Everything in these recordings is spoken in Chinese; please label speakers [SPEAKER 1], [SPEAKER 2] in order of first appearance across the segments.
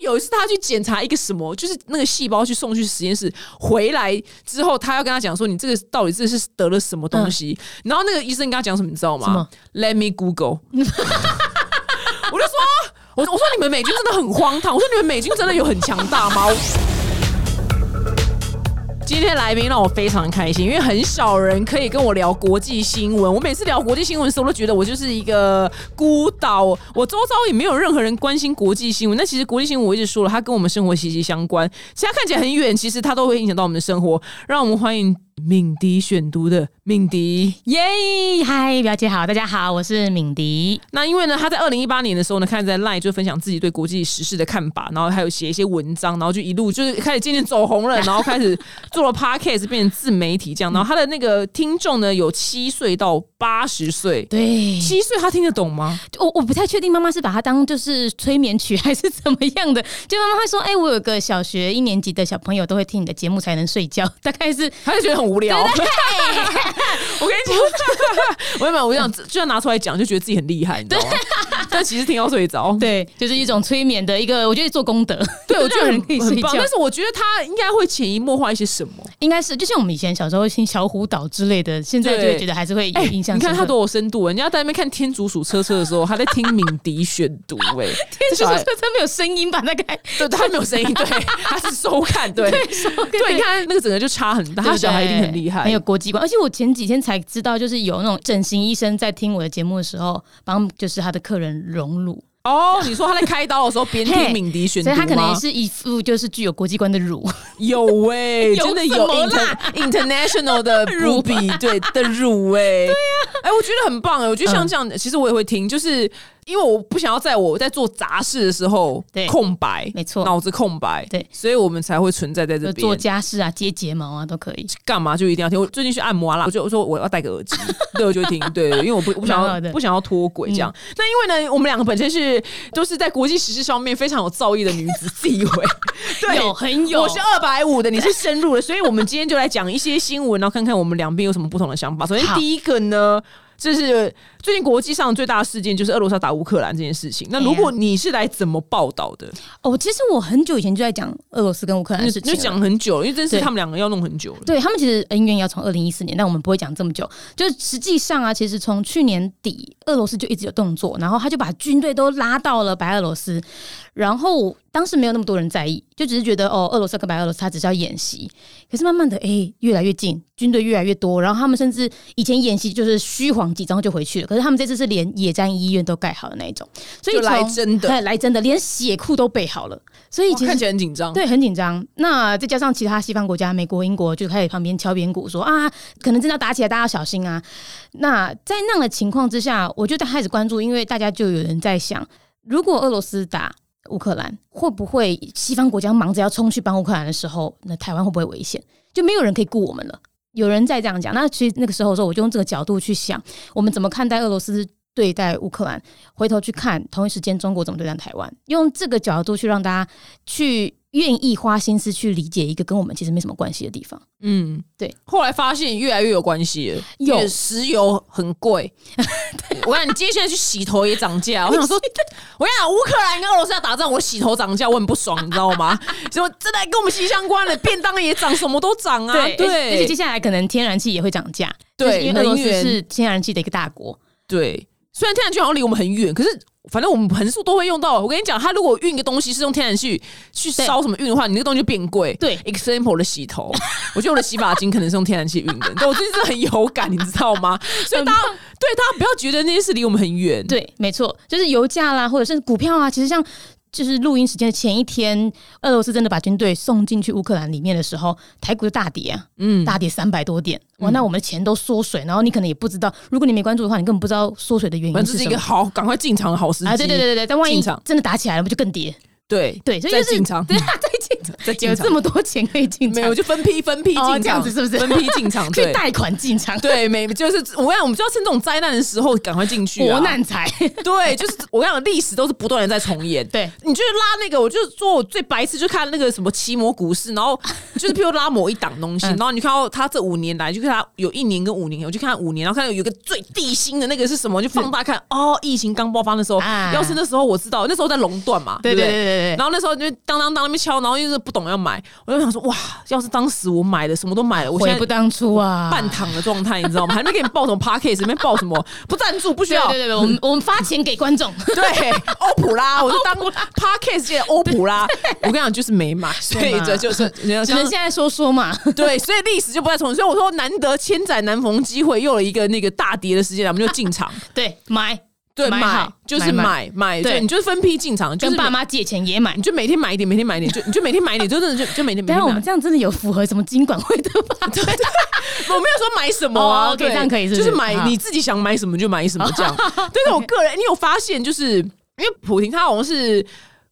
[SPEAKER 1] 有一次他去检查一个什么，就是那个细胞去送去实验室，回来之后他要跟他讲说，你这个到底这是得了什么东西？然后那个医生跟他讲什么，你知道
[SPEAKER 2] 嗯什么
[SPEAKER 1] 吗？Let me Google。我就说，我我说你们美军真的很荒唐，我说你们美军真的有很强大吗？今天来宾让我非常开心，因为很少人可以跟我聊国际新闻。我每次聊国际新闻的时候，我都觉得我就是一个孤岛，我周遭也没有任何人关心国际新闻。那其实国际新闻我一直说了，它跟我们生活息息相关。其实它看起来很远，其实它都会影响到我们的生活。让我们欢迎敏迪选读的敏迪。
[SPEAKER 2] 耶！嗨，表姐好，大家好，我是敏迪。
[SPEAKER 1] 那因为呢，他在二零一八年的时候呢，开始在 LINE 就分享自己对国际时事的看法，然后还有写一些文章，然后就一路就是开始渐渐走红了，然后开始做了 Podcast，变成自媒体这样。然后他的那个听众呢，有七岁到八十岁。
[SPEAKER 2] 对
[SPEAKER 1] 七岁他听得懂吗？
[SPEAKER 2] 我我不太确定妈妈是把它当就是催眠曲还是怎么样的。就妈妈会说，哎、我有个小学一年级的小朋友都会听你的节目才能睡觉，大概 是
[SPEAKER 1] 他就觉得很无聊。 我跟你讲，我原本我想就要拿出来讲，就觉得自己很厉害，你知道吗？但其实听到睡着。
[SPEAKER 2] 对，就是一种催眠的一个，我觉得做功德。
[SPEAKER 1] 对，我觉得
[SPEAKER 2] 让人可以
[SPEAKER 1] 很
[SPEAKER 2] 睡
[SPEAKER 1] 很棒。
[SPEAKER 2] 觉
[SPEAKER 1] 但，是我觉得他应该会潜移默化一些什么。
[SPEAKER 2] 应该是就像我们以前小时候听小虎岛之类的，现在就会觉得还是会有
[SPEAKER 1] 哎，
[SPEAKER 2] 印象、
[SPEAKER 1] 你看他多有深度、人家在那边看天竺鼠车车的时候，他在听敏迪选读、 哎，
[SPEAKER 2] 天
[SPEAKER 1] 这
[SPEAKER 2] 竺
[SPEAKER 1] 小
[SPEAKER 2] 鼠
[SPEAKER 1] 孩
[SPEAKER 2] 车车没有声音吧？大概
[SPEAKER 1] 对，他没有声音， 对，他是收看，对，对，你看那个整个就差很啊大，他小孩一定很厉害
[SPEAKER 2] 很有。国际观。而且我前几天才知道，就是有那种整形医生在听我的节目的时候，帮就是他的客人隆乳，
[SPEAKER 1] 哦，你说他在开刀的时候边听
[SPEAKER 2] 嘿
[SPEAKER 1] 敏迪选读啊
[SPEAKER 2] 所以
[SPEAKER 1] 吗？
[SPEAKER 2] 他可能也是一副就是具有国际观的 乳。
[SPEAKER 1] 有 哎、
[SPEAKER 2] 有
[SPEAKER 1] 真的有
[SPEAKER 2] 什么啦
[SPEAKER 1] inter, international 的乳比对的乳哎、对呀、
[SPEAKER 2] 啊
[SPEAKER 1] 哎、我觉得很棒哎、我觉得
[SPEAKER 2] 嗯
[SPEAKER 1] 像这样，其实我也会听，就是因为我不想要在我在做杂事的时候
[SPEAKER 2] 对
[SPEAKER 1] 空白，
[SPEAKER 2] 没错
[SPEAKER 1] 脑子空白，
[SPEAKER 2] 对
[SPEAKER 1] 所以我们才会存在在这
[SPEAKER 2] 就嗯
[SPEAKER 1] 边
[SPEAKER 2] 做家事啊、接睫毛啊都可以，
[SPEAKER 1] 干嘛就一定要听。我最近去按摩啦，我就我说我要戴个耳 机，对，我就会听，对，因为我不我不想
[SPEAKER 2] 蛮
[SPEAKER 1] 要
[SPEAKER 2] 好的嗯
[SPEAKER 1] 不想要脱轨这样。那因为呢，我们两个本身是都是在国际时事上面非常有造诣的女子，自以 为对。
[SPEAKER 2] 有很有。
[SPEAKER 1] 我是二百五的，你是深入的，所以我们今天就来讲一些新闻，然后看看我们两边有什么不同的想法。首先
[SPEAKER 2] 好
[SPEAKER 1] 第一个呢，就是最近国际上最大的事件就是俄罗斯要打乌克兰这件事情。
[SPEAKER 2] 哎
[SPEAKER 1] 那如果你是来怎么报道的？
[SPEAKER 2] 哦，其实我很久以前就在讲俄罗斯跟乌克兰的事
[SPEAKER 1] 你
[SPEAKER 2] 情
[SPEAKER 1] 就
[SPEAKER 2] 了，
[SPEAKER 1] 讲很久了，因为真是
[SPEAKER 2] 对
[SPEAKER 1] 他们两个要弄很久了。
[SPEAKER 2] 对他们其实恩怨要从二零一四年，但我们不会讲这么久。就是实际上啊，其实从去年底，俄罗斯就一直有动作，然后他就把军队都拉到了白俄罗斯，然后当时没有那么多人在意，就只是觉得哦，俄罗斯跟白俄罗斯他只是要演习。可是慢慢的，哎、越来越近，军队越来越多，然后他们甚至以前演习就是虚晃几张就回去了，可是他们这次是连野战医院都盖好的那一种，所以
[SPEAKER 1] 就来
[SPEAKER 2] 从
[SPEAKER 1] 真的
[SPEAKER 2] 对来真的，连血库都备好了，所以
[SPEAKER 1] 哇
[SPEAKER 2] 其实
[SPEAKER 1] 看起来很紧张。
[SPEAKER 2] 对，很紧张。那再加上其他西方国家，美国、英国就开始旁边敲边鼓说啊，可能真的要打起来，大家要小心啊。那在那样的情况之下，我就开始关注，因为大家就有人在想，如果俄罗斯打乌克兰，会不会西方国家忙着要冲去帮乌克兰的时候，那台湾会不会危险？就没有人可以顾我们了。有人在这样讲，那其实那个时候的时候，我就用这个角度去想，我们怎么看待俄罗斯对待乌克兰，回头去看同一时间中国怎么对待台湾，用这个角度去让大家去愿意花心思去理解一个跟我们其实没什么关系的地方。
[SPEAKER 1] 嗯，
[SPEAKER 2] 对。
[SPEAKER 1] 后来发现越来越有关系了，因
[SPEAKER 2] 有
[SPEAKER 1] 为石油很贵。 我看你今天现在去洗头也涨价， 我想说，我跟你讲，乌克兰跟俄罗斯要打仗，我洗头涨价，我很不爽，你知道吗？ 所以真的跟我们息息相关的，便当也涨，什么都涨啊。
[SPEAKER 2] 而且而且接
[SPEAKER 1] 对
[SPEAKER 2] 下来可能天然气也会涨价，
[SPEAKER 1] 对
[SPEAKER 2] 就是因为俄罗
[SPEAKER 1] 能源
[SPEAKER 2] 斯是天然气的一个大国。
[SPEAKER 1] 对，虽然天然气好像离我们很远，可是。反正我们横竖都会用到。我跟你讲，他如果运一个东西是用天然气去烧什么运的话，你那个东西就变贵。
[SPEAKER 2] 对
[SPEAKER 1] ，example 我的洗头，我觉得我的洗发精可能是用天然气运的。对我最近真的很有感，你知道吗？ 所以大家对大家不要觉得那些事离我们很远。
[SPEAKER 2] 对，没错，就是油价啦，或者是股票啊，其实像。就是录音时间的前一天，俄罗斯真的把军队送进去乌克兰里面的时候，台股就大跌啊，
[SPEAKER 1] 嗯，
[SPEAKER 2] 大跌三百多点，哇！那我们的钱都缩水，然后你可能也不知道，如果你没关注的话，你根本不知道缩水的原
[SPEAKER 1] 反
[SPEAKER 2] 因
[SPEAKER 1] 正这
[SPEAKER 2] 是
[SPEAKER 1] 是
[SPEAKER 2] 什
[SPEAKER 1] 一个
[SPEAKER 2] 么啊
[SPEAKER 1] 好赶快进场的好时机。
[SPEAKER 2] 啊！对对对对对，但万一
[SPEAKER 1] 进场
[SPEAKER 2] 真的打起来了，不就更跌？
[SPEAKER 1] 对
[SPEAKER 2] 对，所以
[SPEAKER 1] 再
[SPEAKER 2] 就是
[SPEAKER 1] 进场。
[SPEAKER 2] 对啊，再进场，
[SPEAKER 1] 在进
[SPEAKER 2] 有
[SPEAKER 1] 场
[SPEAKER 2] 这么多钱可以进
[SPEAKER 1] 没
[SPEAKER 2] 场
[SPEAKER 1] 有，就分批分批进
[SPEAKER 2] 哦
[SPEAKER 1] 场，
[SPEAKER 2] 这样子是不是
[SPEAKER 1] 分批进场，
[SPEAKER 2] 去
[SPEAKER 1] 对
[SPEAKER 2] 贷款进场，
[SPEAKER 1] 对，没就是我讲，我们就要趁这种灾难的时候赶快进去、啊。
[SPEAKER 2] 国难财，
[SPEAKER 1] 对，就是我跟你讲，历史都是不断的在重演。
[SPEAKER 2] 对
[SPEAKER 1] 你就是拉那个，我就是说我最白痴，就看那个什么奇摩股市，然后 就是譬如拉某一档东西，
[SPEAKER 2] 嗯
[SPEAKER 1] 然后你看到他这五年来，就看他有一年跟五年，我就看他五年，然后看到有一个最地心的那个是什么，就放大看哦，疫情刚爆发那时候，
[SPEAKER 2] 嗯啊
[SPEAKER 1] 要是那时候我知道，那时候在垄断嘛，
[SPEAKER 2] 对
[SPEAKER 1] 不
[SPEAKER 2] 对对对对
[SPEAKER 1] 然后那时候就当当当那边敲，然后就是不懂要买，我就想说哇，要是当时我买了，什么都买了，我现
[SPEAKER 2] 悔
[SPEAKER 1] 在
[SPEAKER 2] 不当初啊！
[SPEAKER 1] 半躺的状态，你知道吗？还没给你报什么 p a c k a g e 没报什么，不赞助，不需
[SPEAKER 2] 对
[SPEAKER 1] 要。
[SPEAKER 2] 对对对，我们我们发钱给观 众，
[SPEAKER 1] 对，欧普 拉，我就当 p a r k a s 界的欧普拉。我跟你讲，就是没 买，所以
[SPEAKER 2] 嘛
[SPEAKER 1] 这就是
[SPEAKER 2] 只能现在说说嘛。
[SPEAKER 1] 对，所以历史就不再重演。所以我说，难得千载难逢机会，又有一个那个大跌的时间，咱们就进场。
[SPEAKER 2] 对，买
[SPEAKER 1] 对，
[SPEAKER 2] 买
[SPEAKER 1] 买
[SPEAKER 2] 好
[SPEAKER 1] 就是
[SPEAKER 2] 买
[SPEAKER 1] 买买，
[SPEAKER 2] 对
[SPEAKER 1] 对，你就是分批进场，就是
[SPEAKER 2] 跟爸
[SPEAKER 1] 每
[SPEAKER 2] 妈借钱也买
[SPEAKER 1] 你。就每天买一点，每天买一点，就你就每天买一点，就真的就就每天每天
[SPEAKER 2] 但是我
[SPEAKER 1] 买
[SPEAKER 2] 们。这样真的有符合什么金管会的吧？对，
[SPEAKER 1] 我没有说买什么啊，
[SPEAKER 2] 哦，OK，
[SPEAKER 1] 对
[SPEAKER 2] 这样可以是不是啊
[SPEAKER 1] 就是买
[SPEAKER 2] 好
[SPEAKER 1] 你自己想买什么就买什么 这样。但是我个人，你有发现就是因为普廷他好像是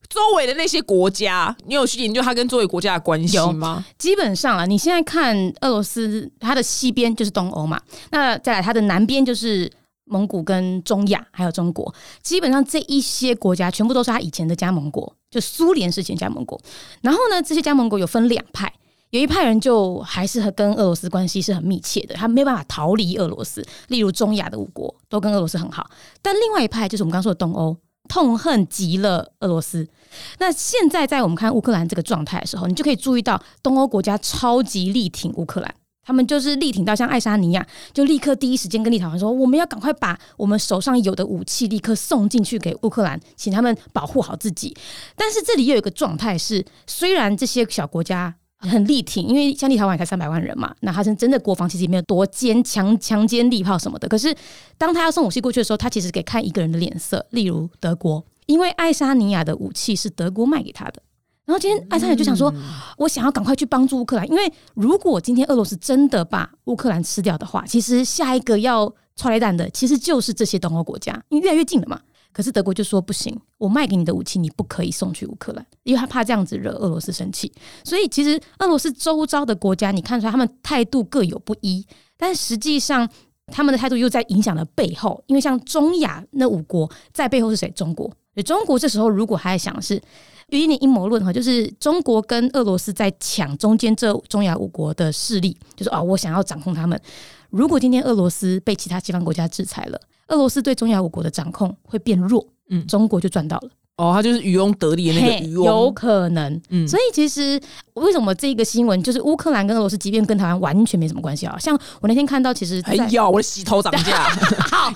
[SPEAKER 1] 周围的那些国家，你有去研究他跟周围国家的关系
[SPEAKER 2] 有
[SPEAKER 1] 吗？
[SPEAKER 2] 基本上啊，你现在看俄罗斯，它的西边就是东欧嘛，那再来它的南边就是蒙古跟中亚，还有中国。基本上这一些国家全部都是它以前的加盟国，就苏联是前加盟国。然后呢，这些加盟国有分两派。有一派人就还是和跟俄罗斯关系是很密切的，他没有办法逃离俄罗斯。例如中亚的五国都跟俄罗斯很好，但另外一派就是我们刚说的东欧，痛恨极了俄罗斯。那现在在我们看乌克兰这个状态的时候，你就可以注意到东欧国家超级力挺乌克兰。他们就是力挺到像爱沙尼亚，就立刻第一时间跟立陶宛说，我们要赶快把我们手上有的武器立刻送进去给乌克兰，请他们保护好自己。但是这里又有一个状态是，虽然这些小国家很力挺，因为像立陶宛才三百万人嘛，那他是真的国防其实也没有多坚强、强奸力炮什么的。可是当他要送武器过去的时候，他其实给看一个人的脸色，例如德国，因为爱沙尼亚的武器是德国卖给他的。然后今天爱沙尼亚就想说，我想要赶快去帮助乌克兰，因为如果今天俄罗斯真的把乌克兰吃掉的话，其实下一个要踹雷弹的其实就是这些东欧国家，因为越来越近了嘛。可是德国就说不行，我卖给你的武器你不可以送去乌克兰，因为他怕这样子惹俄罗斯生气。所以其实俄罗斯周遭的国家，你看出来他们态度各有不一，但实际上他们的态度又在影响的背后，因为像中亚那五国在背后是谁？中国。所以中国这时候如果还想的是有一点阴谋论哈，就是中国跟俄罗斯在抢中间这中亚五国的势力，就是哦，我想要掌控他们。如果今天俄罗斯被其他西方国家制裁了，俄罗斯对中亚五国的掌控会变弱，
[SPEAKER 1] 嗯
[SPEAKER 2] 中国就赚到了。
[SPEAKER 1] 哦，他就是渔翁得利的那
[SPEAKER 2] 嘿
[SPEAKER 1] 个渔
[SPEAKER 2] 有
[SPEAKER 1] 翁。
[SPEAKER 2] 可能。
[SPEAKER 1] 嗯
[SPEAKER 2] 所以其实为什么这个新闻就是乌克兰跟俄罗斯，即便跟台湾完全没什么关系啊？像我那天看到，其实在
[SPEAKER 1] 哎呀，我的洗头涨价，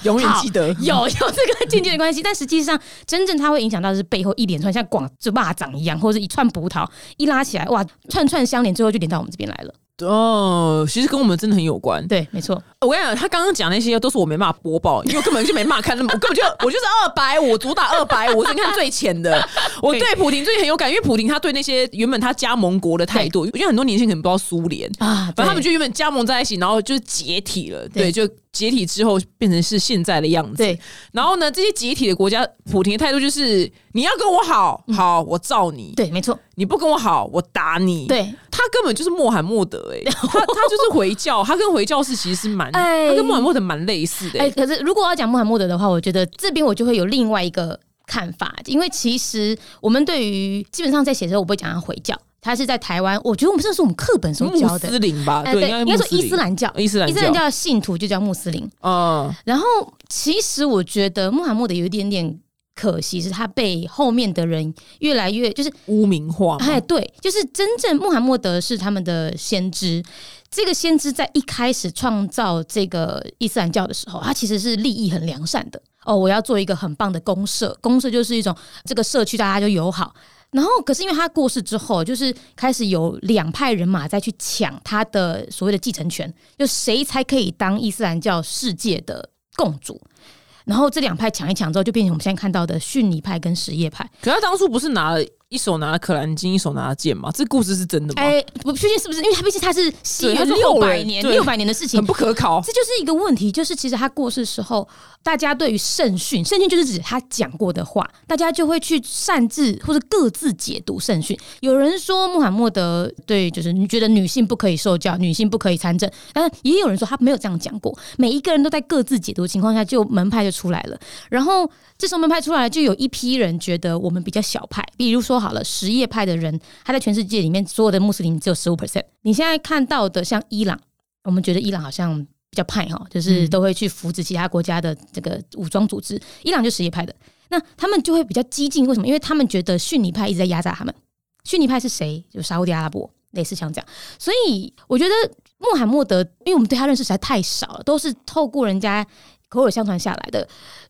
[SPEAKER 1] 永远记得。
[SPEAKER 2] 有有 这个间接的关系，但实际上真正它会影响到的是背后一连串像广就蚂蚱一样，或者是一串葡萄一拉起来，哇，串串相连，最后就连到我们这边来了。
[SPEAKER 1] 哦，其实跟我们真的很有关。
[SPEAKER 2] 对，没错，
[SPEAKER 1] 我跟你讲，他刚刚讲那些都是我没办法播报，因为我根本就没办法看那么，我根本就我就是二百，我主打二百，我最近看最浅的。我对普廷最近很有感，因为普廷他对那些原本他加盟国的态度，因为很多年轻人可能不知道苏联，
[SPEAKER 2] 啊，
[SPEAKER 1] 反正他们
[SPEAKER 2] 就
[SPEAKER 1] 就原本加盟在一起，然后就解体了，
[SPEAKER 2] 对
[SPEAKER 1] 对，就解体之后变成是现在的样子。
[SPEAKER 2] 对
[SPEAKER 1] 然后呢，这些解体的国家，普廷的态度就是你要跟我好，好，我罩你；
[SPEAKER 2] 嗯对，没错，
[SPEAKER 1] 你不跟我好，我打你。。
[SPEAKER 2] 对。
[SPEAKER 1] 他根本就是穆罕默德哎、 他他就是回教，他跟回教是其实是蛮，
[SPEAKER 2] 哎
[SPEAKER 1] 他跟穆罕默德蛮类似的、
[SPEAKER 2] 哎、
[SPEAKER 1] 欸。
[SPEAKER 2] 可是如果要讲穆罕默德的话，我觉得这边我就会有另外一个看法，因为其实我们对于基本上在写的时候，我不会讲他回教，他是在台湾，我觉得我们这是我们课本所
[SPEAKER 1] 穆
[SPEAKER 2] 教
[SPEAKER 1] 斯
[SPEAKER 2] 的。
[SPEAKER 1] 林吧，
[SPEAKER 2] 哎
[SPEAKER 1] 对，
[SPEAKER 2] 对，应该说
[SPEAKER 1] 穆斯林
[SPEAKER 2] 伊斯，兰教，
[SPEAKER 1] 伊斯兰
[SPEAKER 2] 伊斯兰教的信徒就叫穆斯林。
[SPEAKER 1] 嗯，
[SPEAKER 2] 然后，其实我觉得穆罕默德有一点点可惜，是他被后面的人越来越就是，
[SPEAKER 1] 污名化嘛，
[SPEAKER 2] 哎，对，就是真正穆罕默德是他们的先知。这个先知在一开始创造这个伊斯兰教的时候，他其实是利益很良善的。哦，我要做一个很棒的公社，公社就是一种这个社区大家就友好。然后，可是因为他过世之后，就是开始有两派人马在去抢他的所谓的继承权，就谁才可以当伊斯兰教世界的共主。然后这两派抢一抢之后，就变成我们现在看到的逊尼派跟什叶派。
[SPEAKER 1] 可他当初不是拿了一手拿可兰经，一手拿剑嘛？这故事是真的吗？
[SPEAKER 2] 哎，我不确定是不是，因为他毕竟他是西
[SPEAKER 1] 对他
[SPEAKER 2] 元
[SPEAKER 1] 是
[SPEAKER 2] 六
[SPEAKER 1] 后
[SPEAKER 2] 百
[SPEAKER 1] 人
[SPEAKER 2] 年
[SPEAKER 1] 对
[SPEAKER 2] 六百年的事情
[SPEAKER 1] 很，不可考。
[SPEAKER 2] 这就是一个问题，就是其实他过世时候，大家对于圣训，圣训就是指他讲过的话，大家就会去擅自或者各自解读圣训。有人说穆罕默德对，就是你觉得女性不可以受教，女性不可以参政，但也有人说他没有这样讲过。每一个人都在各自解读的情况下，就门派就出来了。然后这时候门派出来，就有一批人觉得我们比较小派，比如说好了，什叶派的人，他在全世界里面所有的穆斯林只有十五 percent。你现在看到的像伊朗，我们觉得伊朗好像比较派哈，就是
[SPEAKER 1] 嗯
[SPEAKER 2] 都会去扶植其他国家的这个武装组织。伊朗就什叶派的，那他们就会比较激进，为什么？因为他们觉得逊尼派一直在压榨他们。逊尼派是谁？就沙烏地阿拉伯，类似像这样。所以我觉得穆罕默德，因为我们对他认识实在太少了，都是透过人家口耳相传下来的。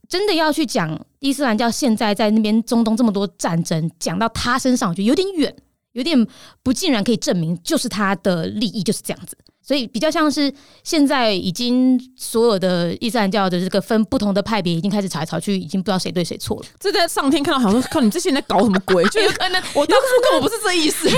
[SPEAKER 2] 真的要去讲伊斯兰教现在在那边中东这么多战争，讲到他身上，我觉得有点远，有点不尽然可以证明就是他的利益就是这样子。所以比较像是现在已经所有的伊斯兰教的这个分不同的派别已经开始吵来吵去，已经不知道谁对谁错了。
[SPEAKER 1] 这在上天看到，想说靠，你这些人在搞什么 鬼？就是
[SPEAKER 2] 可能
[SPEAKER 1] 我当初根本不是这意思。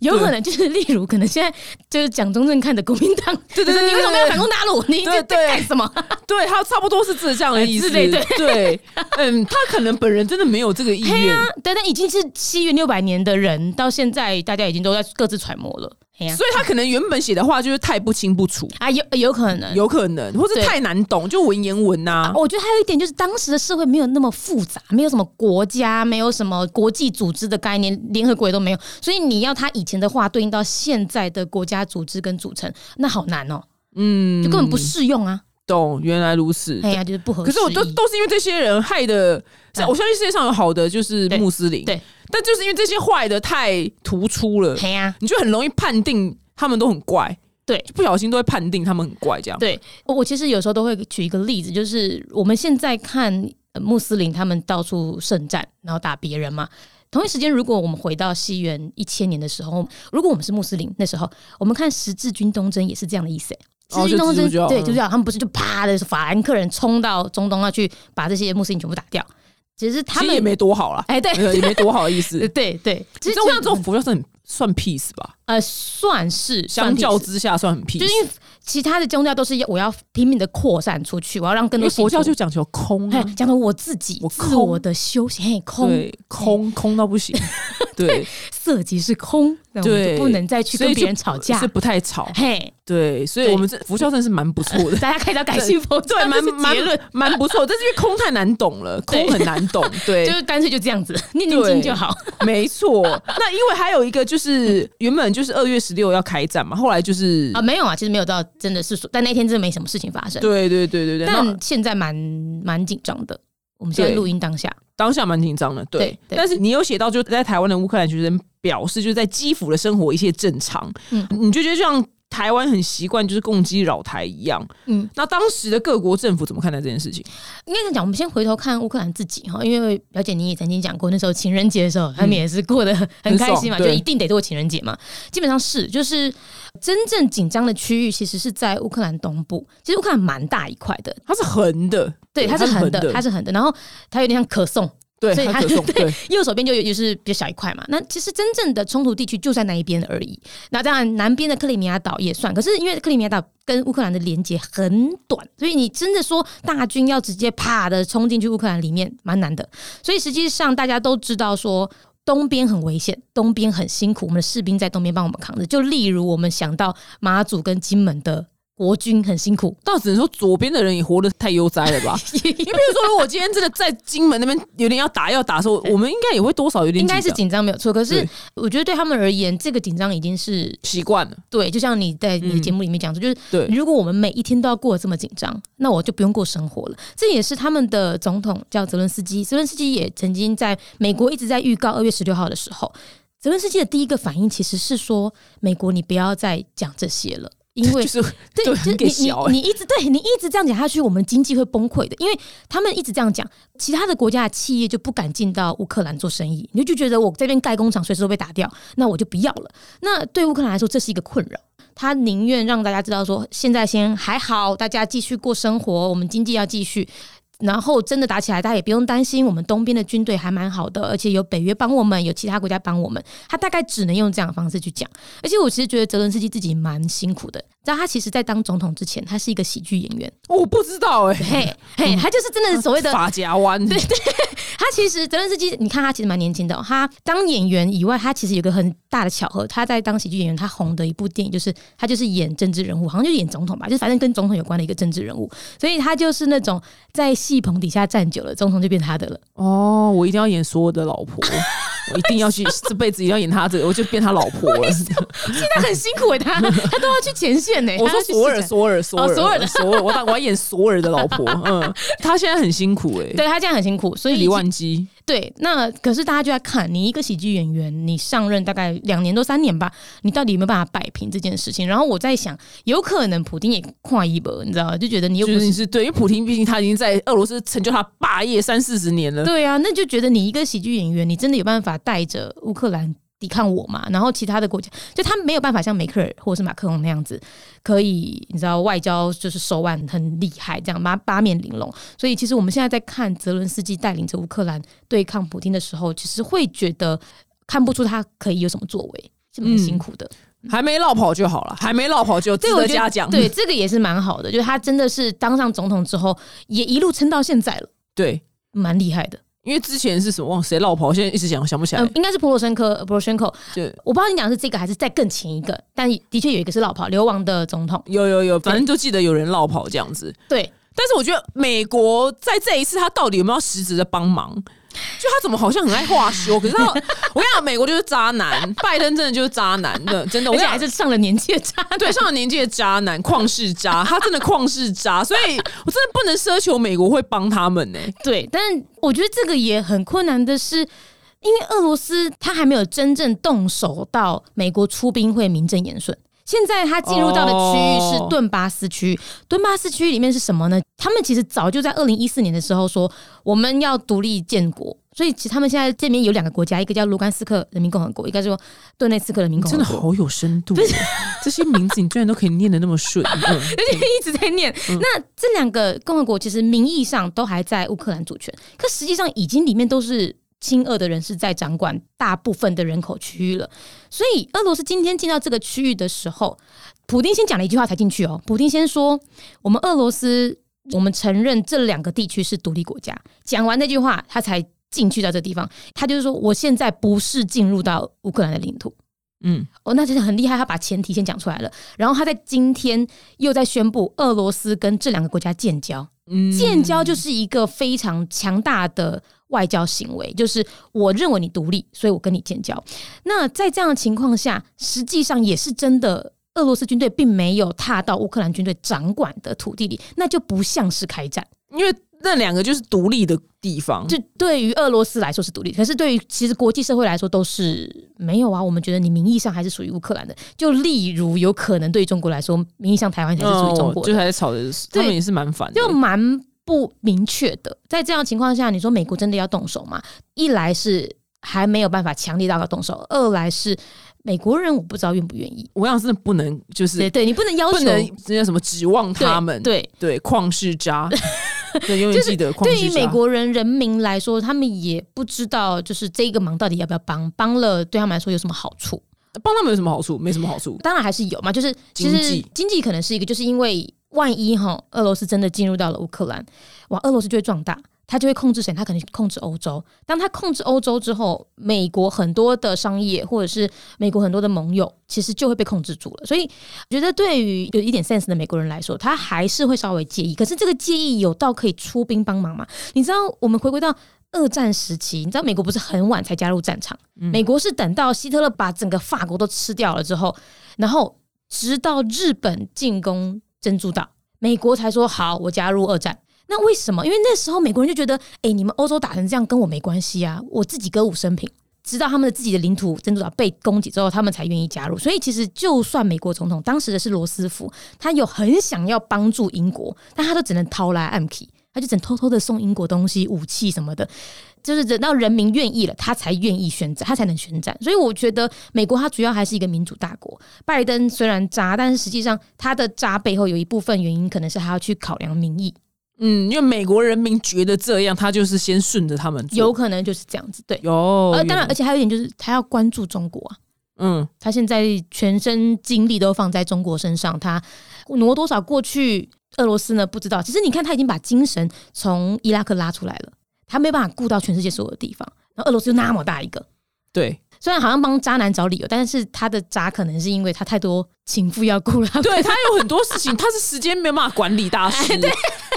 [SPEAKER 2] 有可能就是，例如可能现在就是蒋中正看着国民党，
[SPEAKER 1] 对对对
[SPEAKER 2] 就是你为什么要反攻大陆？你
[SPEAKER 1] 对
[SPEAKER 2] 在
[SPEAKER 1] 对
[SPEAKER 2] 干什么？
[SPEAKER 1] 对，他差不多是这这样的意思。
[SPEAKER 2] 哎之类对
[SPEAKER 1] 对，嗯，他可能本人真的没有这个意
[SPEAKER 2] 嘿
[SPEAKER 1] 愿
[SPEAKER 2] 呀。，对，但已经是西元六百年的人，到现在大家已经都在各自揣摩了。嘿呀，
[SPEAKER 1] 所以他可能原本写的话就是太不清不楚，
[SPEAKER 2] 啊，有有可能，
[SPEAKER 1] 有可能，或是
[SPEAKER 2] 嗯对啊哦
[SPEAKER 1] 太难懂，就文言文啊呐、
[SPEAKER 2] 我觉得还有一点就是，当时的社会没有那么复杂，没有什么国家，没有什么国际组织的概念，联合国也都没有，所以你要他以前的话对应到现在的国家组织跟组成，那好难哦，
[SPEAKER 1] 嗯，
[SPEAKER 2] 就根本不适用啊。
[SPEAKER 1] 懂，原来如此。
[SPEAKER 2] 哎呀，就是不合
[SPEAKER 1] 可
[SPEAKER 2] 适宜。
[SPEAKER 1] 是我都都是因为这些人害的，
[SPEAKER 2] 嗯
[SPEAKER 1] 我相信世界上有好的就是
[SPEAKER 2] 对
[SPEAKER 1] 穆斯林，
[SPEAKER 2] 对，
[SPEAKER 1] 但就是因为这些坏的太突出了，
[SPEAKER 2] 哎呀，
[SPEAKER 1] 你就很容易判定他们都很怪，
[SPEAKER 2] 对
[SPEAKER 1] 就不小心都会判定他们很怪这样。
[SPEAKER 2] 对，我我其实有时候都会举一个例子，就是我们现在看、呃穆斯林他们到处圣战，然后打别人嘛。同一时间，如果我们回到西元一千年的时候，如果我们是穆斯林，那时候我们看十字军东征也是这样的意思、欸。
[SPEAKER 1] 哦
[SPEAKER 2] 十字军东
[SPEAKER 1] 就
[SPEAKER 2] 征、
[SPEAKER 1] 基督教
[SPEAKER 2] 对，
[SPEAKER 1] 嗯
[SPEAKER 2] 就是他们不是就啪的法兰克人冲到中东要去把这些穆斯林全部打掉，只是他
[SPEAKER 1] 其
[SPEAKER 2] 们
[SPEAKER 1] 实也没多好啦，
[SPEAKER 2] 哎、
[SPEAKER 1] 呃
[SPEAKER 2] 对
[SPEAKER 1] 也没多好的意思。
[SPEAKER 2] 对对对，
[SPEAKER 1] 你知
[SPEAKER 2] 只是
[SPEAKER 1] 道这种佛教是很算 peace 吧，
[SPEAKER 2] 呃算是
[SPEAKER 1] 相较
[SPEAKER 2] 算是
[SPEAKER 1] 之下算很 peace，
[SPEAKER 2] 就是因为其他的宗教都是要我要拼命的扩散出去，我要让更
[SPEAKER 1] 因
[SPEAKER 2] 多
[SPEAKER 1] 为佛
[SPEAKER 2] 信
[SPEAKER 1] 教
[SPEAKER 2] 徒
[SPEAKER 1] 就讲求空啊
[SPEAKER 2] 哎，，讲的我自己
[SPEAKER 1] 我
[SPEAKER 2] 自我的修行，嘿，空
[SPEAKER 1] 对，空空到不 行，对，
[SPEAKER 2] 色即是空，那我们
[SPEAKER 1] 对
[SPEAKER 2] 就不能再去
[SPEAKER 1] 所以
[SPEAKER 2] 跟
[SPEAKER 1] 就
[SPEAKER 2] 别人吵架
[SPEAKER 1] 是。不太吵，
[SPEAKER 2] 嘿，。
[SPEAKER 1] 对，所以我们这佛教真的是蛮不错的
[SPEAKER 2] 大家开始要改信佛教，
[SPEAKER 1] 对，蛮
[SPEAKER 2] 这是
[SPEAKER 1] 蛮
[SPEAKER 2] 结论，
[SPEAKER 1] 蛮不错，但是因为空太难懂了，
[SPEAKER 2] 对
[SPEAKER 1] 空很难 懂，对，
[SPEAKER 2] 就是干脆就这样子， 念念经就好。
[SPEAKER 1] 没错。那因为还有一个就是原本就是二月十六要开战嘛，后来就是
[SPEAKER 2] 嗯啊，没有啊，其实没有到真的是说，但那天真的没什么事情发生。
[SPEAKER 1] 对对对对对，那
[SPEAKER 2] 但现在蛮蛮紧张的。我们现在
[SPEAKER 1] 对
[SPEAKER 2] 录音当下，
[SPEAKER 1] 当下蛮紧张的，对
[SPEAKER 2] 对。对
[SPEAKER 1] 但是你有写到，就在台湾的乌克兰学生表示，就是在基辅的生活一切正常，
[SPEAKER 2] 嗯
[SPEAKER 1] 你就觉得就像台湾很习惯就是共击扰台一样，
[SPEAKER 2] 嗯，
[SPEAKER 1] 那当时的各国政府怎么看待这件事情？
[SPEAKER 2] 应该讲，我们先回头看乌克兰自己哈，因为表姐你也曾经讲过，那时候情人节的时候，他们也是过得很开心
[SPEAKER 1] 很爽
[SPEAKER 2] 嘛，就
[SPEAKER 1] 对
[SPEAKER 2] 一定得过情人节嘛。基本上是，就是真正紧张的区域其实是在乌克兰东部，其实乌克兰蛮大一块的，
[SPEAKER 1] 它是横的，
[SPEAKER 2] 对，它是横的，它
[SPEAKER 1] 它是
[SPEAKER 2] 是横的，然后它有点像可颂，
[SPEAKER 1] 对，
[SPEAKER 2] 所以
[SPEAKER 1] 它
[SPEAKER 2] 它
[SPEAKER 1] 可颂， 对，
[SPEAKER 2] 右手边就有就是比较小一块嘛。那其实真正的冲突地区就在那一边而已。那当然，南边的克里米亚岛也算，可是因为克里米亚岛跟乌克兰的连接很短，所以你真的说大军要直接啪的冲进去乌克兰里面，蛮难的。所以实际上大家都知道说。东边很危险，东边很辛苦，我们的士兵在东边帮我们扛着。就例如我们想到马祖跟金门的国军很辛苦，
[SPEAKER 1] 倒只能说左边的人也活得太悠哉 了吧。你比如说，如果今天真的在金门那边有点要打要打的时候，我们应该也会多少有点
[SPEAKER 2] 应该是
[SPEAKER 1] 紧张
[SPEAKER 2] 紧张没有错。可是
[SPEAKER 1] 对
[SPEAKER 2] 我觉得对他们而言，这个紧张已经是
[SPEAKER 1] 习惯了，
[SPEAKER 2] 对，就像你在你的
[SPEAKER 1] 嗯
[SPEAKER 2] 节目里面讲说，就是
[SPEAKER 1] 对
[SPEAKER 2] 如果我们每一天都要过得这么紧张，那我就不用过生活了。这也是他们的总统叫泽伦斯基，泽伦斯基也曾经在美国一直在预告二月十六号的时候，泽伦斯基的第一个反应其实是说，美国你不要再讲这些了。因为
[SPEAKER 1] 就是对
[SPEAKER 2] 对，就是
[SPEAKER 1] 很给
[SPEAKER 2] 你
[SPEAKER 1] 小欸
[SPEAKER 2] 你你一直对你一直这样讲下去，我们经济会崩溃的，因为他们一直这样讲，其他的国家的企业就不敢进到乌克兰做生意，你就觉得我这边盖工厂随时都被打掉，那我就不要了。那对乌克兰来说，这是一个困扰。他宁愿让大家知道说，现在先还好，大家继续过生活，我们经济要继续。然后真的打起来，大家也不用担心，我们东边的军队还蛮好的，而且有北约帮我们，有其他国家帮我们。他大概只能用这样的方式去讲。而且我其实觉得泽伦斯基自己蛮辛苦的，知道他其实在当总统之前，他是一个喜剧演员，
[SPEAKER 1] 我不知道哎、
[SPEAKER 2] 嘿，嘿，他 就是真的所谓的
[SPEAKER 1] 发夹弯，对对，
[SPEAKER 2] 他其实泽连斯基，你看他其实蛮年轻的、哦。他当演员以外，他其实有个很大的巧合，他在当喜剧演员，他红的一部电影就是他就是演政治人物，好像就演总统吧，就反正跟总统有关的一个政治人物。所以他就是那种在戏棚底下站久了，总统就变他的了。
[SPEAKER 1] 哦，我一定要演所有的老婆，我一定要去这辈子一定要演他这个，我就变他老婆 了。
[SPEAKER 2] 现在很辛苦诶，他他都要去前线呢。
[SPEAKER 1] 我说索尔，索尔，索尔，
[SPEAKER 2] 哦索尔的
[SPEAKER 1] 索尔，我打我要演索尔的老婆，嗯，他现在很辛苦哎、
[SPEAKER 2] 对他这样很辛苦，所以
[SPEAKER 1] 李万基，
[SPEAKER 2] 对，那可是大家就在看你一个喜剧演员，你上任大概两年多三年吧，你到底有没有办法摆平这件事情？然后我在想，有可能普丁也跨一波，你知道吗？就觉得你又不
[SPEAKER 1] 就是是是对，因为普京毕竟他已经在俄罗斯成就他霸业三四十年了，
[SPEAKER 2] 对啊，那就觉得你一个喜剧演员，你真的有办法带着乌克兰抵抗我嘛？然后其他的国家，就他没有办法像梅克尔或者是马克龙那样子，可以你知道外交就是手腕很厉害，这样八八面玲珑。所以其实我们现在在看泽伦斯基带领着乌克兰对抗普京的时候，其实会觉得看不出他可以有什么作为，是蛮辛苦的。
[SPEAKER 1] 还没落跑就好了，还没落跑就嗯值
[SPEAKER 2] 对，我
[SPEAKER 1] 得
[SPEAKER 2] 觉
[SPEAKER 1] 嘉
[SPEAKER 2] 得
[SPEAKER 1] 奖。
[SPEAKER 2] 对这个也是蛮好的，就是他真的是当上总统之后，也一路撑到现在了，
[SPEAKER 1] 对，
[SPEAKER 2] 蛮厉害的。
[SPEAKER 1] 因为之前是什么忘了谁落跑，现在一直想想不起来
[SPEAKER 2] 嗯、，应该是普罗申科，普罗申科，
[SPEAKER 1] 就
[SPEAKER 2] 我不知道你讲的是这个还是再更前一个，但的确有一个是老跑流亡的总统。
[SPEAKER 1] 有有有，反正就记得有人落跑这样子。
[SPEAKER 2] 对，
[SPEAKER 1] 但是我觉得美国在这一次，他到底有没有实质的帮忙？就他怎么好像很爱化修，可是他，我跟你讲，美国就是渣男，拜登真的就是渣男的，真的，我
[SPEAKER 2] 而
[SPEAKER 1] 跟
[SPEAKER 2] 且
[SPEAKER 1] 你
[SPEAKER 2] 还
[SPEAKER 1] 讲。
[SPEAKER 2] 是上了年纪的 渣男。
[SPEAKER 1] 对上了年纪的渣男、旷世渣，他真的旷世渣，所以我真的不能奢求美国会帮他们呢、
[SPEAKER 2] 对，但我觉得这个也很困难的是，因为俄罗斯他还没有真正动手到美国出兵会名正言顺。现在他进入到的区域
[SPEAKER 1] 哦
[SPEAKER 2] 是顿巴斯区，顿巴斯区里面是什么呢？他们其实早就在二零一四年的时候说我们要独立建国，所以其实他们现在这边有两个国家，一个叫卢甘斯克人民共和国，一个叫顿内茨克人民共和
[SPEAKER 1] 真的
[SPEAKER 2] 国。
[SPEAKER 1] 好有深度、 这些名字你居然都可以念得那么 顺，嗯
[SPEAKER 2] 而且一直在念。那这两个共和国其实名义上都还在乌克兰主权，可实际上已经里面都是亲俄的人是在掌管大部分的人口区域了。所以俄罗斯今天进到这个区域的时候，普丁先讲了一句话才进去哦。普丁先说：“我们俄罗斯，我们承认这两个地区是独立国家。”讲完那句话，他才。进去到这个地方，他就是说，我现在不是进入到乌克兰的领土，
[SPEAKER 1] 嗯，
[SPEAKER 2] 哦，那真的很厉害，他把前提先讲出来了，然后他在今天又在宣布俄罗斯跟这两个国家建交，
[SPEAKER 1] 嗯
[SPEAKER 2] 建交就是一个非常强大的外交行为，就是我认为你独立，所以我跟你建交。那在这样的情况下，实际上也是真的。俄罗斯军队并没有踏到乌克兰军队掌管的土地里，那就不像是开战。
[SPEAKER 1] 因为那两个就是独立的地方，
[SPEAKER 2] 这对于俄罗斯来说是独立，可是对于其实国际社会来说都是没有啊。我们觉得你名义上还是属于乌克兰的，就例如有可能对于中国来说，名义上台湾才是属于中
[SPEAKER 1] 哦
[SPEAKER 2] 国
[SPEAKER 1] 就
[SPEAKER 2] 的，
[SPEAKER 1] 还在吵着，他们也是蛮烦的，
[SPEAKER 2] 就蛮不明确的。在这样的情况下，你说美国真的要动手吗？一来是还没有办法强力到要动手，二来是美国人我不知道愿不愿意。
[SPEAKER 1] 我想真的不能就是
[SPEAKER 2] 对对，你不能要
[SPEAKER 1] 不
[SPEAKER 2] 求
[SPEAKER 1] 能那叫什么指望
[SPEAKER 2] 对
[SPEAKER 1] 他们，
[SPEAKER 2] 对。
[SPEAKER 1] 对旷世渣， 对永远记得旷
[SPEAKER 2] 对于
[SPEAKER 1] 世渣。
[SPEAKER 2] 美国人人民来说，他们也不知道，就是这个忙到底要不要帮，帮了对他们来说有什么好处？
[SPEAKER 1] 帮他们有什么好处？没什么好处。
[SPEAKER 2] 当然还是有嘛，就是其
[SPEAKER 1] 经
[SPEAKER 2] 实
[SPEAKER 1] 济
[SPEAKER 2] 经济可能是一个，就是因为万一哈，俄罗斯真的进入到了乌克兰，哇，俄罗斯就会壮大，它就会控制谁？它可能控制欧洲。当它控制欧洲之后，美国很多的商业或者是美国很多的盟友，其实就会被控制住了。所以我觉得对于有一点 sense 的美国人来说，他还是会稍微介意。可是这个介意有到可以出兵帮忙吗？你知道，我们回归到。二战时期，你知道美国不是很晚才加入战场？
[SPEAKER 1] 嗯
[SPEAKER 2] 美国是等到希特勒把整个法国都吃掉了之后，然后直到日本进攻珍珠岛，美国才说好，我加入二战。那为什么？因为那时候美国人就觉得，哎、你们欧洲打成这样跟我没关系啊，我自己歌舞升平。直到他们的自己的领土珍珠岛被攻击之后，他们才愿意加入。所以其实就算美国总统当时的是罗斯福，他有很想要帮助英国，但他都只能掏来暗 k 他就只能偷偷的送英国东西、武器什么的。就是等到人民愿意了，他才愿意宣战，他才能宣战。所以我觉得美国它主要还是一个民主大国。拜登虽然渣，但是实际上他的渣背后有一部分原因可能是他要去考量民意。
[SPEAKER 1] 嗯，因为美国人民觉得这样，他就是先顺着他们做。
[SPEAKER 2] 有可能就是这样子。对，
[SPEAKER 1] 有，
[SPEAKER 2] 呃，
[SPEAKER 1] 有
[SPEAKER 2] 当然，而且还有一点就是，他要关注中国啊。
[SPEAKER 1] 嗯，
[SPEAKER 2] 他现在全身精力都放在中国身上，他挪多少过去俄罗斯呢？不知道。其实你看，他已经把精神从伊拉克拉出来了，他没办法顾到全世界所有的地方。然后俄罗斯就那么大一个，
[SPEAKER 1] 对
[SPEAKER 2] 虽然好像帮渣男找理由，但是他的渣可能是因为他太多 情妇要顾了。
[SPEAKER 1] 对，他有很多事情，他是时间没有办法管理大 师，对，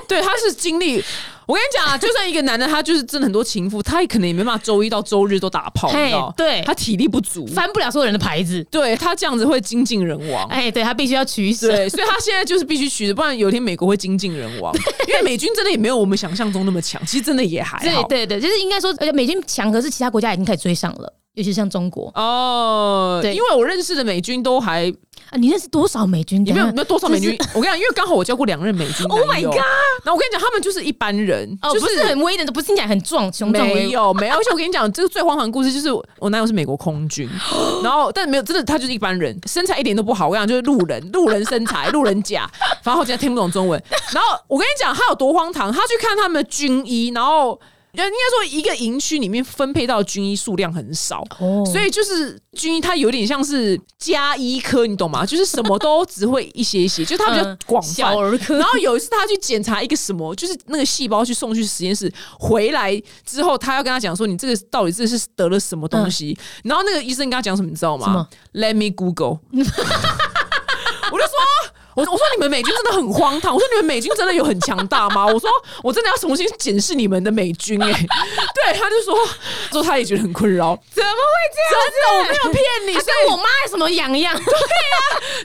[SPEAKER 1] 他是精力。我跟你讲啊，就算一个男的，他就是真的很多情妇，他也可能也没办法周一到周日都打炮，你
[SPEAKER 2] 嘿
[SPEAKER 1] 知道？
[SPEAKER 2] 对
[SPEAKER 1] 他体力不足，
[SPEAKER 2] 翻不了所有人的牌子。
[SPEAKER 1] 对他这样子会精尽人亡。
[SPEAKER 2] 哎，对他必须要取舍。
[SPEAKER 1] 对，所以他现在就是必须取的，不然有一天美国会精尽人 亡。因为美军真的也没有我们想象中那么强，其实真的也还
[SPEAKER 2] 对
[SPEAKER 1] 好。
[SPEAKER 2] 对对，就是应该说，而且美军强，可是其他国家已经开始追上了，尤其是像中国
[SPEAKER 1] 哦，
[SPEAKER 2] 对
[SPEAKER 1] 因为我认识的美军都还
[SPEAKER 2] 啊！你认识多少美军？
[SPEAKER 1] 也没有
[SPEAKER 2] 等一
[SPEAKER 1] 没有
[SPEAKER 2] 下
[SPEAKER 1] 多少美军
[SPEAKER 2] 这，
[SPEAKER 1] 我跟你讲，因为刚好我交过两任美军
[SPEAKER 2] Oh my
[SPEAKER 1] 男友
[SPEAKER 2] God
[SPEAKER 1] 那我跟你讲，他们就是一般人，
[SPEAKER 2] 哦，
[SPEAKER 1] 就
[SPEAKER 2] 不是很威的，不是听起来很壮雄壮
[SPEAKER 1] 没
[SPEAKER 2] 威武。
[SPEAKER 1] 有没有，而且我跟你讲，这个最荒唐的故事就是我男友是美国空 军，然后但没有真的他就是一般人，身材一点都不好，我跟你讲就是路人路人身材路人甲，反正我现在听不懂中文。然后我跟你讲他有多荒唐，他去看他们的军医，然后。呃应该说，一个营区里面分配到的军医数量很少，
[SPEAKER 2] 哦
[SPEAKER 1] 所以就是军医，它有点像是加医科，你懂吗？就是什么都只会一些一些，就是它比较
[SPEAKER 2] 嗯
[SPEAKER 1] 广泛。
[SPEAKER 2] 小儿科
[SPEAKER 1] 然后有一次他去检查一个什么，就是那个细胞去送去实验室，回来之后他要跟他讲说你这个到底这是得了什么东西？然后那个医生跟他讲什么，你知道
[SPEAKER 2] 嗯什么
[SPEAKER 1] 吗？Let me Google。我就说。啊我我说你们美军真的很荒唐，我说你们美军真的有很强大吗？我说我真的要重新检视你们的美军哎、对，他就说说他也觉得很困扰，
[SPEAKER 2] 怎么会这样子？
[SPEAKER 1] 真的我没有骗你
[SPEAKER 2] 他
[SPEAKER 1] 所以
[SPEAKER 2] 跟啊我妈什么养一 样？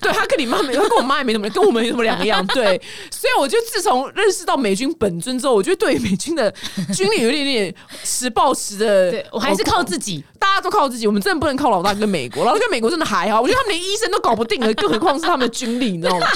[SPEAKER 1] 对他跟你妈没，他跟我妈也没什么，跟我们没什么两样。 对，所以我就自从认识到美军本尊之后，我就对美军的 军力有一点点持抱持的，
[SPEAKER 2] 对 我还是靠自己。
[SPEAKER 1] 大家都靠自己，我们真的不能靠老大跟美国，老大跟美国真的还好，我觉得他们连医生都搞不定了，更何况是他们的军力，你 知道吗？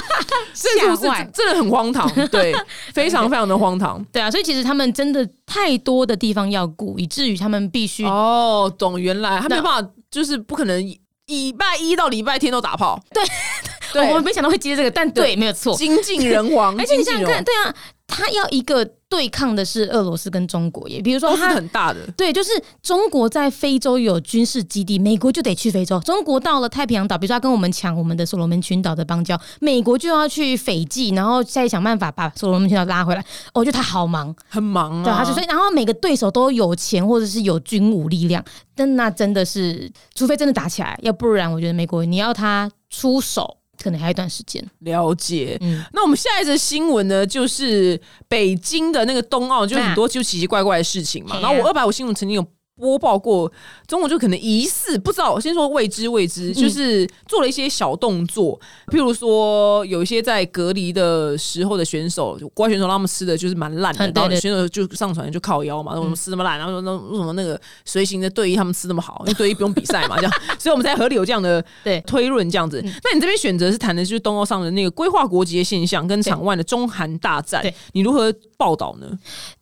[SPEAKER 1] 这
[SPEAKER 2] 吓
[SPEAKER 1] 是不
[SPEAKER 2] 坏
[SPEAKER 1] 是真的很荒唐？ 对，非常非常的荒唐。
[SPEAKER 2] 对啊，所以其实他们真的太多的地方要顾，以至于他们必须、
[SPEAKER 1] 哦，懂，原来他没
[SPEAKER 2] 那
[SPEAKER 1] 办法，就是不可能礼拜一到礼拜天都打炮。对， 对，
[SPEAKER 2] 我没想到会接这个，但对，没有错。
[SPEAKER 1] 精尽人 亡。
[SPEAKER 2] 而且你想
[SPEAKER 1] 精尽
[SPEAKER 2] 想
[SPEAKER 1] 人
[SPEAKER 2] 看，
[SPEAKER 1] 亡，
[SPEAKER 2] 对啊，他要一个对抗的是俄罗斯跟中国耶，比如说
[SPEAKER 1] 都哦是
[SPEAKER 2] 他。
[SPEAKER 1] 很大的。
[SPEAKER 2] 对，就是中国在非洲有军事基地，美国就得去非洲。中国到了太平洋岛，比如说他跟我们抢我们的所罗门群岛的邦交，美国就要去斐济，然后再想办法把所罗门群岛拉回来。哦我觉得他好忙，
[SPEAKER 1] 很忙啊，
[SPEAKER 2] 对，他就所以然后每个对手都有钱或者是有军武力量，但那真的是，除非真的打起来，要不然我觉得美国你要他出手，可能还有一段时间。
[SPEAKER 1] 了解。
[SPEAKER 2] 嗯，
[SPEAKER 1] 那我们下一则新闻呢，就是北京的那个冬奥，就很多就奇奇怪怪的事情嘛。
[SPEAKER 2] 啊嘿啊
[SPEAKER 1] 然后我二百五新闻曾经有播报过，中国就可能疑似不知道，我先说未知未
[SPEAKER 2] 嗯
[SPEAKER 1] 知，就是做了一些小动作，譬如说有一些在隔离的时候的选手，就国外选手让他们吃的就是蛮烂的，
[SPEAKER 2] 嗯对
[SPEAKER 1] 然后
[SPEAKER 2] 对嗯
[SPEAKER 1] 选手就上传就靠腰嘛，我们吃那么烂，然后说那为什么那个随行的队医他们吃那么好，因为队医不用比赛嘛，这样，所以我们才合理有这样的
[SPEAKER 2] 对，
[SPEAKER 1] 推论这样子。那你这边选择是谈的就是东欧上的那个规划国籍的现象，跟场外的中韩大战
[SPEAKER 2] 对，
[SPEAKER 1] 你如何报道呢？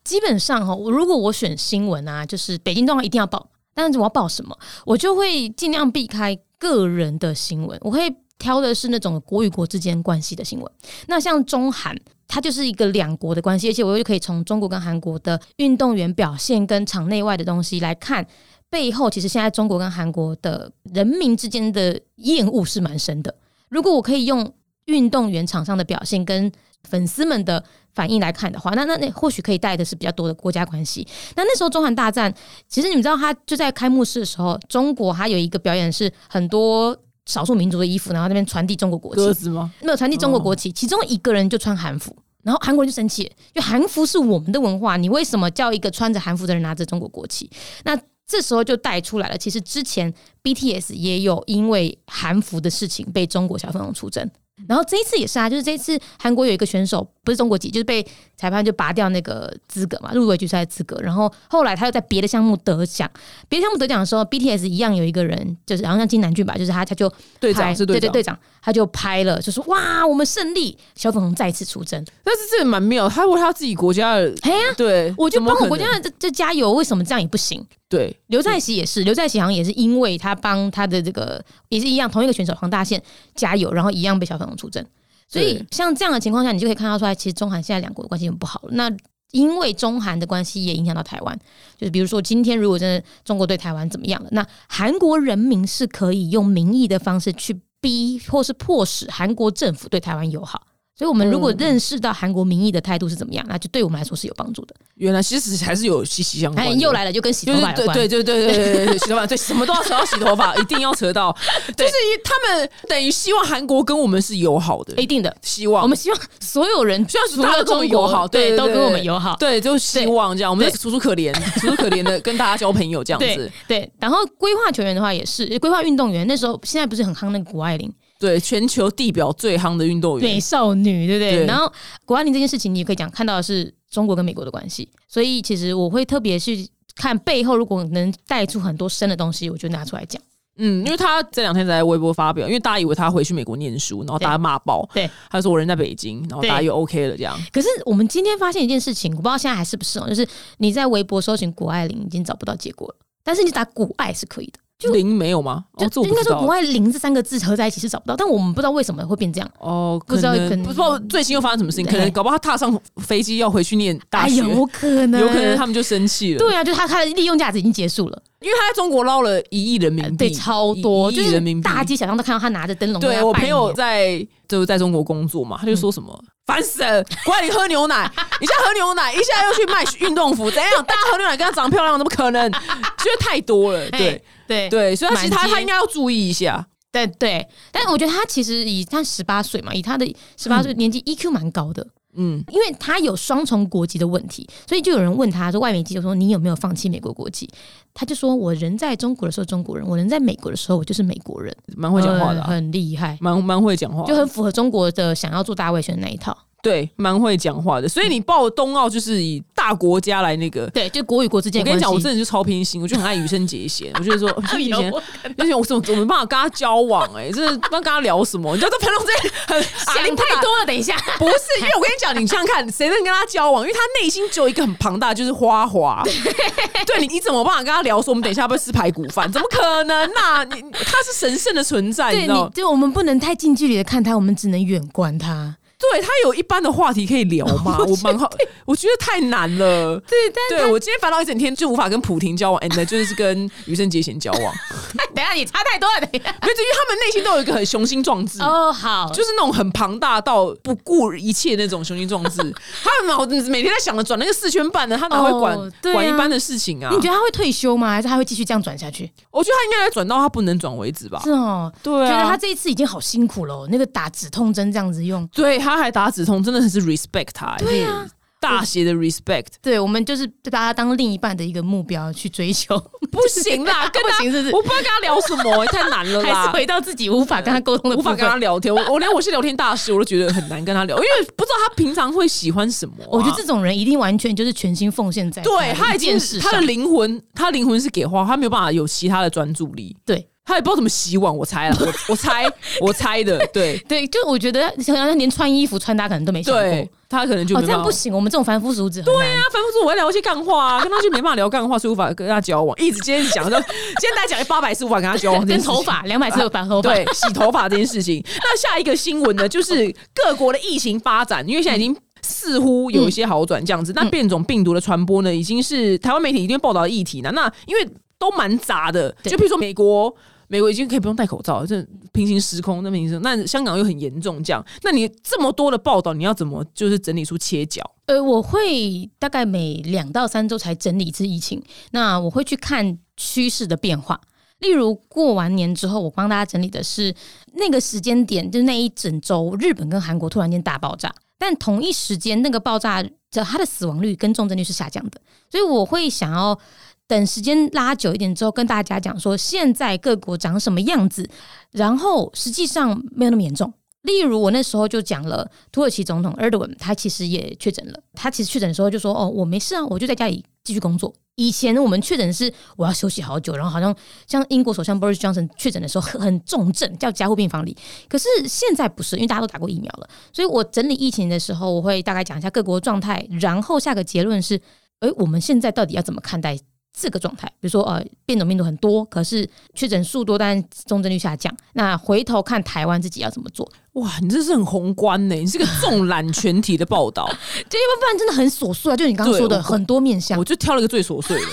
[SPEAKER 2] 基本上哈，我如果我选新闻啊，就是北京冬奥一定要报，但是我要报什么，我就会尽量避开个人的新闻，我会挑的是那种国与国之间关系的新闻。那像中韩。它就是一个两国的关系，而且我又可以从中国跟韩国的运动员表现跟场内外的东西来看，背后其实现在中国跟韩国的人民之间的厌恶是蛮深的。如果我可以用运动员场上的表现跟粉丝们的反应来看的话，那那那或许可以带的是比较多的国家关系。那那时候中韩大战，其实你们知道，它就在开幕式的时候，中国它有一个表演是很多少数民族的衣服，然后那边传递中国国旗，
[SPEAKER 1] 鸽子吗？
[SPEAKER 2] 没有传递中国国旗，其中一个人就穿韩服，然后韩国人就生气了，就韩服是我们的文化，你为什么叫一个穿着韩服的人拿着中国国旗？那这时候就带出来了，其实之前 BTS 也有因为韩服的事情被中国小粉红出征。然后这一次也是啊，就是这一次韩国有一个选手不是中国籍，就是被裁判就拔掉那个资格嘛，入围决赛的资格。然后后来他又在别的项目得奖，别的项目得奖的时候，BTS 一样有一个人，就是好像金南俊吧，就是他他就
[SPEAKER 1] 队长
[SPEAKER 2] 拍
[SPEAKER 1] 是
[SPEAKER 2] 对
[SPEAKER 1] 队
[SPEAKER 2] 对
[SPEAKER 1] 长，
[SPEAKER 2] 队长，他就拍了，就说哇，我们胜利，小粉红再次出征。
[SPEAKER 1] 但是这个蛮妙，他为他自己国家的，
[SPEAKER 2] 哎呀、
[SPEAKER 1] 对，
[SPEAKER 2] 我就
[SPEAKER 1] 怎么
[SPEAKER 2] 帮
[SPEAKER 1] 可能
[SPEAKER 2] 我国家这这加油，为什么这样也不行？
[SPEAKER 1] 对。
[SPEAKER 2] 刘在熙也是，刘在熙好像也是因为他帮他的这个也是一样，同一个选手黄大宪加油，然后一样被小粉红出征。所以
[SPEAKER 1] 对
[SPEAKER 2] 像这样的情况下，你就可以看到出来，其实中韩现在两国的关系很不好了。那因为中韩的关系也影响到台湾，就是比如说今天如果真的中国对台湾怎么样了，那韩国人民是可以用民意的方式去逼或是迫使韩国政府对台湾友好。所以，我们如果
[SPEAKER 1] 嗯
[SPEAKER 2] 认识到韩国民意的态度是怎么样，那就对我们来说是有帮助的。
[SPEAKER 1] 原来其实还是有息息相关
[SPEAKER 2] 哎，
[SPEAKER 1] 的。
[SPEAKER 2] 又来了，就跟洗
[SPEAKER 1] 就
[SPEAKER 2] 头
[SPEAKER 1] 是
[SPEAKER 2] 发有
[SPEAKER 1] 对
[SPEAKER 2] 关。
[SPEAKER 1] 对对对对对对对，洗头发对什么都要扯到洗头 发，一定要扯到，就是他们等于希望韩国跟我们是友好的，
[SPEAKER 2] 一定的。
[SPEAKER 1] 哎希望
[SPEAKER 2] 我们希望所有人，
[SPEAKER 1] 希望
[SPEAKER 2] 除
[SPEAKER 1] 大家
[SPEAKER 2] 了
[SPEAKER 1] 都跟我
[SPEAKER 2] 中
[SPEAKER 1] 们
[SPEAKER 2] 国
[SPEAKER 1] 友好
[SPEAKER 2] 对，
[SPEAKER 1] 对
[SPEAKER 2] 都
[SPEAKER 1] 对
[SPEAKER 2] 跟我们
[SPEAKER 1] 对
[SPEAKER 2] 友好。
[SPEAKER 1] 对，就希望这样，我们就楚楚可怜，楚楚可怜的跟大家交朋友这样
[SPEAKER 2] 对
[SPEAKER 1] 子，
[SPEAKER 2] 对，然后规划球员的话也是，规划运动员那时候现在不是很夯那个谷爱凌
[SPEAKER 1] 对，全球地表最夯的运动
[SPEAKER 2] 美
[SPEAKER 1] 员，
[SPEAKER 2] 少女，对不对？
[SPEAKER 1] 对
[SPEAKER 2] 然后谷爱凌这件事情，你也可以讲看到的是中国跟美国的关系，所以其实我会特别去看背后，如果能带出很多深的东西，我就拿出来讲。
[SPEAKER 1] 嗯，因为他这两天才在微博发表，因为大家以为他回去美国念书，然后大家骂爆，
[SPEAKER 2] 对，
[SPEAKER 1] 他说我人在北京，然后
[SPEAKER 2] 对
[SPEAKER 1] 大家又 OK 了这样，
[SPEAKER 2] 可是我们今天发现一件事情，我不知道现在还是不是哦，就是你在微博搜寻谷爱凌已经找不到结果了，但是你打谷爱是可以的。就
[SPEAKER 1] 零没有吗？哦，这
[SPEAKER 2] 就
[SPEAKER 1] 我
[SPEAKER 2] 应
[SPEAKER 1] 不
[SPEAKER 2] 该
[SPEAKER 1] 知
[SPEAKER 2] 说
[SPEAKER 1] 道
[SPEAKER 2] 谷。爱凌这三个字合在一起是找不到，但我们不知道为什么会变这样。
[SPEAKER 1] 哦，
[SPEAKER 2] 不知道可能
[SPEAKER 1] 不知道最新又发生什么事情，
[SPEAKER 2] 对
[SPEAKER 1] 可能搞不好他踏上飞机要回去念大
[SPEAKER 2] 哎，
[SPEAKER 1] 学，
[SPEAKER 2] 有可能，
[SPEAKER 1] 有可能他们就生气了。
[SPEAKER 2] 对啊，就是它它的利用价值已经结束了，
[SPEAKER 1] 因为他在中国捞了一亿人民币，
[SPEAKER 2] 对，超多，
[SPEAKER 1] 一
[SPEAKER 2] 就
[SPEAKER 1] 一亿
[SPEAKER 2] 是
[SPEAKER 1] 人民币。
[SPEAKER 2] 大街小巷都看到他拿着灯笼在那拜
[SPEAKER 1] 对
[SPEAKER 2] 年。嗯
[SPEAKER 1] 我朋友在就是在中国工作嘛，他就说什么。烦死了！管你喝牛奶，一下喝牛奶，一下又去卖运动服，怎样？大家喝牛奶跟他长漂亮，怎么可能？觉得太多了，对
[SPEAKER 2] 对对
[SPEAKER 1] 对，所以他其实
[SPEAKER 2] 满
[SPEAKER 1] 他
[SPEAKER 2] 街
[SPEAKER 1] 他应该要注意一下，
[SPEAKER 2] 对对，但我觉得他其实以他十八岁嘛，以他的十八岁年纪 EQ 蛮高的，
[SPEAKER 1] 嗯，
[SPEAKER 2] 因为他有双重国籍的问题，所以就有人问他说，外媒记者说你有没有放弃美国国籍？他就说我人在中国的时候中国人，我人在美国的时候我就是美国人，
[SPEAKER 1] 蛮会讲话的啊、
[SPEAKER 2] 嗯很厉害，
[SPEAKER 1] 蛮蛮会讲话
[SPEAKER 2] 就
[SPEAKER 1] 的，
[SPEAKER 2] 很符合中国的想要做大外宣的那一套。
[SPEAKER 1] 对，蛮会讲话的。所以你报冬奥就是以大国家来那个。
[SPEAKER 2] 对，就国与国之间
[SPEAKER 1] 我
[SPEAKER 2] 的
[SPEAKER 1] 跟
[SPEAKER 2] 关
[SPEAKER 1] 你
[SPEAKER 2] 系。
[SPEAKER 1] 讲，我真的就超偏心，我就很爱羽生结弦，我就 说羽生结
[SPEAKER 2] 哎
[SPEAKER 1] 弦
[SPEAKER 2] 呦
[SPEAKER 1] 而且我怎么怎么办法跟他交往、哎，就是那跟他聊什么？你知道这彭总这很
[SPEAKER 2] 想太。
[SPEAKER 1] 啊
[SPEAKER 2] 多了，等一下。
[SPEAKER 1] 不是，因 为我跟你讲，你想想看， 谁能跟他交往？因为他内心只有一个很庞大，就是花花。对你，你怎么办法跟他聊说我们等一下要不要吃排骨饭？怎么可能啊？你他是神圣的存在，你知
[SPEAKER 2] 对
[SPEAKER 1] 道
[SPEAKER 2] 你，？就我们不能太近距离的看他，我们只能远观他。
[SPEAKER 1] 对他有一般的话题可以聊吗？ 我蛮好，我觉得太难了。
[SPEAKER 2] 对，但
[SPEAKER 1] 对我今天烦恼一整天，就无法跟普婷交往，and 就是跟余生杰贤交往，因
[SPEAKER 2] 等一下你差太多了，等一下。
[SPEAKER 1] 为因为他们内心都有一个很雄心壮志。
[SPEAKER 2] 哦，好，
[SPEAKER 1] 就是那种很庞大到不顾一切那种雄心壮志， 他脑子每天在想着转那个四圈半的，他哪会管、
[SPEAKER 2] 哦对啊
[SPEAKER 1] 管一般的事情啊？
[SPEAKER 2] 你觉得他会退休吗？还是他会继续这样转下去？
[SPEAKER 1] 我觉得他应该转到他不能转为止吧？
[SPEAKER 2] 是哦，
[SPEAKER 1] 对
[SPEAKER 2] 觉得他
[SPEAKER 1] 啊，
[SPEAKER 2] 这一次已经好辛苦了哦，那个打止痛针这样子用。
[SPEAKER 1] 对，他还打止痛，真的是 respect 他、
[SPEAKER 2] 对啊
[SPEAKER 1] 嗯大写的 respect
[SPEAKER 2] 对，我们就是把他当另一半的一个目标去 追求，
[SPEAKER 1] 不行啦，跟
[SPEAKER 2] 啊不
[SPEAKER 1] 他
[SPEAKER 2] 行，是不是？
[SPEAKER 1] 我不知道跟他聊什么、欸太难了
[SPEAKER 2] 还是
[SPEAKER 1] 啦。
[SPEAKER 2] 回到自己无法跟他沟通的
[SPEAKER 1] 无
[SPEAKER 2] 部
[SPEAKER 1] 法
[SPEAKER 2] 分
[SPEAKER 1] 跟他聊天，我我连我是聊天大师，我都觉得很难跟他聊，因为不知道他平常会喜欢什么啊、
[SPEAKER 2] 我觉得这种人一定完全就是全心奉献在
[SPEAKER 1] 对他
[SPEAKER 2] 一
[SPEAKER 1] 已经
[SPEAKER 2] 件事
[SPEAKER 1] 他的
[SPEAKER 2] 上。
[SPEAKER 1] 灵魂，他灵魂是给花，他没有办法有其他的专注力。
[SPEAKER 2] 对
[SPEAKER 1] 他也不知道怎么洗碗，我猜了，啊我我 猜我猜的，对
[SPEAKER 2] 对，就我觉得好像连穿衣服穿搭可能都没想过。
[SPEAKER 1] 对，他可能就
[SPEAKER 2] 哦，
[SPEAKER 1] 没
[SPEAKER 2] 这
[SPEAKER 1] 办
[SPEAKER 2] 样
[SPEAKER 1] 法。
[SPEAKER 2] 不行，我们这种凡夫俗子对啊，
[SPEAKER 1] 他反复说我要聊一些干话啊，跟他就没办法聊干话，所以无法跟他交往。一直今天讲到今天大家讲八百次无法跟他 交往，
[SPEAKER 2] 跟头。发两百次有白头发，
[SPEAKER 1] 对，洗头发这件事 情。那下一个新闻呢，就是各国的疫情发展，因为现在已经。似乎有一些好转这样
[SPEAKER 2] 嗯
[SPEAKER 1] 子，那变种病毒的传播呢，已经是台湾媒体一定会报道的议题呢。那因为都蛮杂的，
[SPEAKER 2] 对
[SPEAKER 1] 就譬如说美国，美国已经可以不用戴口罩了，这平行时空那平行时空，那香港又很严重这样。那你这么多的报道，你要怎么就是整理出切角？
[SPEAKER 2] 呃，我会大概每两到三周才整理一次疫情，那我会去看趋势的变化。例如过完年之后，我帮大家整理的是那个时间点，就是那一整周，日本跟韩国突然间大爆炸，但同一时间那个爆炸的它的死亡率跟重症率是下降的，所以我会想要等时间拉久一点之后，跟大家讲说现在各国长什么样子，然后实际上没有那么严重。例如，我那时候就讲了，土耳其总统 Erdogan 他其实也确诊了。他其实确诊的时候就说：“哦，我没事啊，我就在家里继续工作。”以前我们确诊是我要休息好久，然后好像像英国首相 Boris Johnson 确诊的时候很很重症，叫加护病房里。可是现在不是，因为大家都打过疫苗了。所以我整理疫情的时候，我会大概讲一下各国状态，然后下个结论是：诶，我们现在到底要怎么看待这个状态，比如说呃变种病毒很多，可是确诊数多，但重症率下降。那回头看台湾自己要怎么做，
[SPEAKER 1] 哇，你这是很宏观呢、你是个纵览全体的报 道，
[SPEAKER 2] 对，要不然真的很琐碎啊，就你刚刚
[SPEAKER 1] 对
[SPEAKER 2] 说
[SPEAKER 1] 我
[SPEAKER 2] 的很多面向
[SPEAKER 1] 我。就挑了个最琐碎的，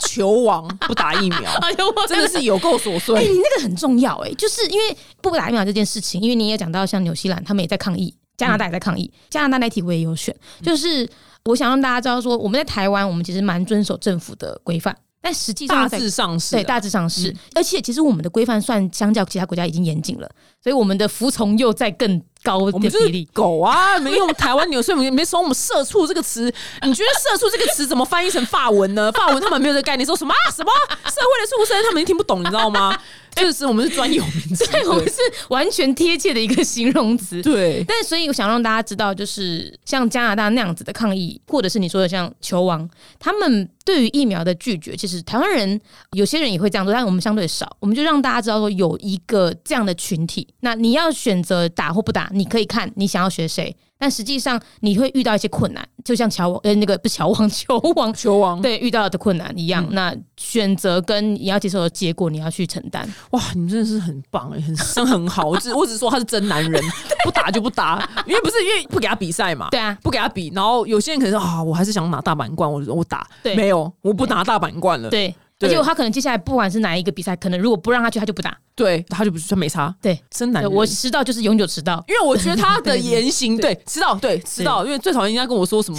[SPEAKER 1] 球王不打疫苗，
[SPEAKER 2] 哎呦，我
[SPEAKER 1] 真 的是有够琐
[SPEAKER 2] 哎、
[SPEAKER 1] 碎。
[SPEAKER 2] 你那个很重要哎、就是因为不打疫苗这件事情，因为你也讲到像纽西兰他们也在抗议，加拿大也在抗议，加拿大那题我也有选，
[SPEAKER 1] 嗯
[SPEAKER 2] 就是我想让大家知道说，我们在台湾我们其实蛮遵守政府的规范，但实际
[SPEAKER 1] 大
[SPEAKER 2] 上在
[SPEAKER 1] 致上是、啊、
[SPEAKER 2] 对，大致上是，而且其实我们的规范算相较其他国家已经严谨了，所以我们的服从又在更高
[SPEAKER 1] 我
[SPEAKER 2] 的
[SPEAKER 1] 们就
[SPEAKER 2] 比
[SPEAKER 1] 是
[SPEAKER 2] 例。
[SPEAKER 1] 狗啊，没用台湾纽所以我们没说我们“社畜”这个词。你觉得“社畜”这个词怎么翻译成法文呢？法文他们没有这个概念，说什么、啊、什么社会的畜生，他们听不懂，你知道 吗？这个词我们是专有名词。
[SPEAKER 2] 对，我们是完全贴切的一个形容词。
[SPEAKER 1] 对，
[SPEAKER 2] 但所以我想让大家知道，就是像加拿大那样子的抗议，或者是你说的像球王，他们对于疫苗的拒绝，其实台湾人有些人也会这样做，但我们相对少，我们就让大家知道说有一个这样的群体。那你要选择打或不打，你可以看你想要学谁，但实际上你会遇到一些困难，就像乔王呃那个不是乔王球王。
[SPEAKER 1] 球王，
[SPEAKER 2] 对，遇到的困难一样，那选择跟你要接受的结果，你要去承担。
[SPEAKER 1] 哇，你们真的是很棒、欸，很真很好。我只我只说他是真男 人，不打就不打，因为不是因为不给他比赛嘛。
[SPEAKER 2] 对啊，
[SPEAKER 1] 不给他比，然后有些人可能说啊，我还是想拿大满贯，我我打，
[SPEAKER 2] 对
[SPEAKER 1] 没有，我不拿大满贯了，
[SPEAKER 2] 对，
[SPEAKER 1] 对
[SPEAKER 2] 而且他可能接下来不管是哪一个比赛，可能如果不让他去，他就不打。
[SPEAKER 1] 对，他就不他没差，
[SPEAKER 2] 对，
[SPEAKER 1] 真男
[SPEAKER 2] 对
[SPEAKER 1] 人，
[SPEAKER 2] 我迟到就是永久迟到。
[SPEAKER 1] 因为我觉得他的言行，对，迟到，对，迟到，因为最讨厌人家跟我说什 么，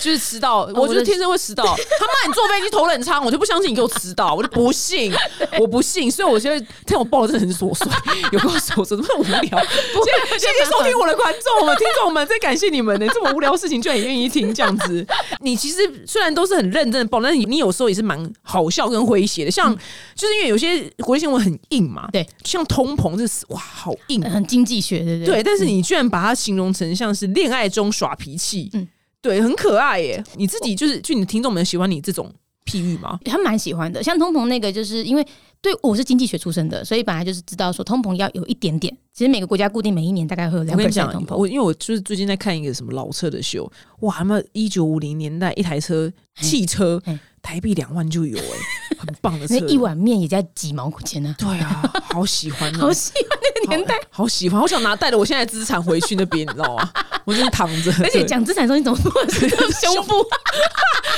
[SPEAKER 1] 就是迟到，我就是天生会 迟到。他妈，你坐飞机头等舱，我就不相信你给我迟到，我就不信，我不信。所以我觉得这种报真的很琐碎，有够琐碎，这么无聊。谢谢谢谢收听我的观众们、听众们，真感谢你们呢，这么无聊的事情居然也愿意听，这样子。 你其实虽然都是很认真的报，但是你有时候也是蛮好笑跟诙谐的，像就是因为有些国际新闻很硬嘛，
[SPEAKER 2] 对，
[SPEAKER 1] 像通膨这词，哇，好硬
[SPEAKER 2] 很经济学，对不对？嗯
[SPEAKER 1] 对，但是你居然把它形容成像是恋爱中耍脾气，
[SPEAKER 2] 嗯对
[SPEAKER 1] 对，很可爱耶。你自己就是，就你的听众们喜欢你这种譬喻吗？
[SPEAKER 2] 他蛮喜欢的。像通膨那个，就是因为对我是经济学出身的，所以本来就是知道说通膨要有一点点。其实每个国家固定每一年大概会有
[SPEAKER 1] 我
[SPEAKER 2] 两
[SPEAKER 1] 跟你
[SPEAKER 2] percent
[SPEAKER 1] 讲
[SPEAKER 2] 通，膨，
[SPEAKER 1] 我因为我就是最近在看一个什么老车的秀，哇，他们一九五零年代一台车
[SPEAKER 2] 嗯
[SPEAKER 1] 汽车
[SPEAKER 2] 嘿
[SPEAKER 1] 台币两万就有哎，很棒的车
[SPEAKER 2] 那，一碗面也在几毛钱呢、
[SPEAKER 1] 对啊，好喜欢、
[SPEAKER 2] 啊，
[SPEAKER 1] 啊，
[SPEAKER 2] 好喜欢那个年代。
[SPEAKER 1] 好，好喜欢，好想拿带着我现在的资产回去那边，你知道吗？我就是躺着，
[SPEAKER 2] 而且
[SPEAKER 1] 对
[SPEAKER 2] 讲资产的时候，你怎么摸着胸部？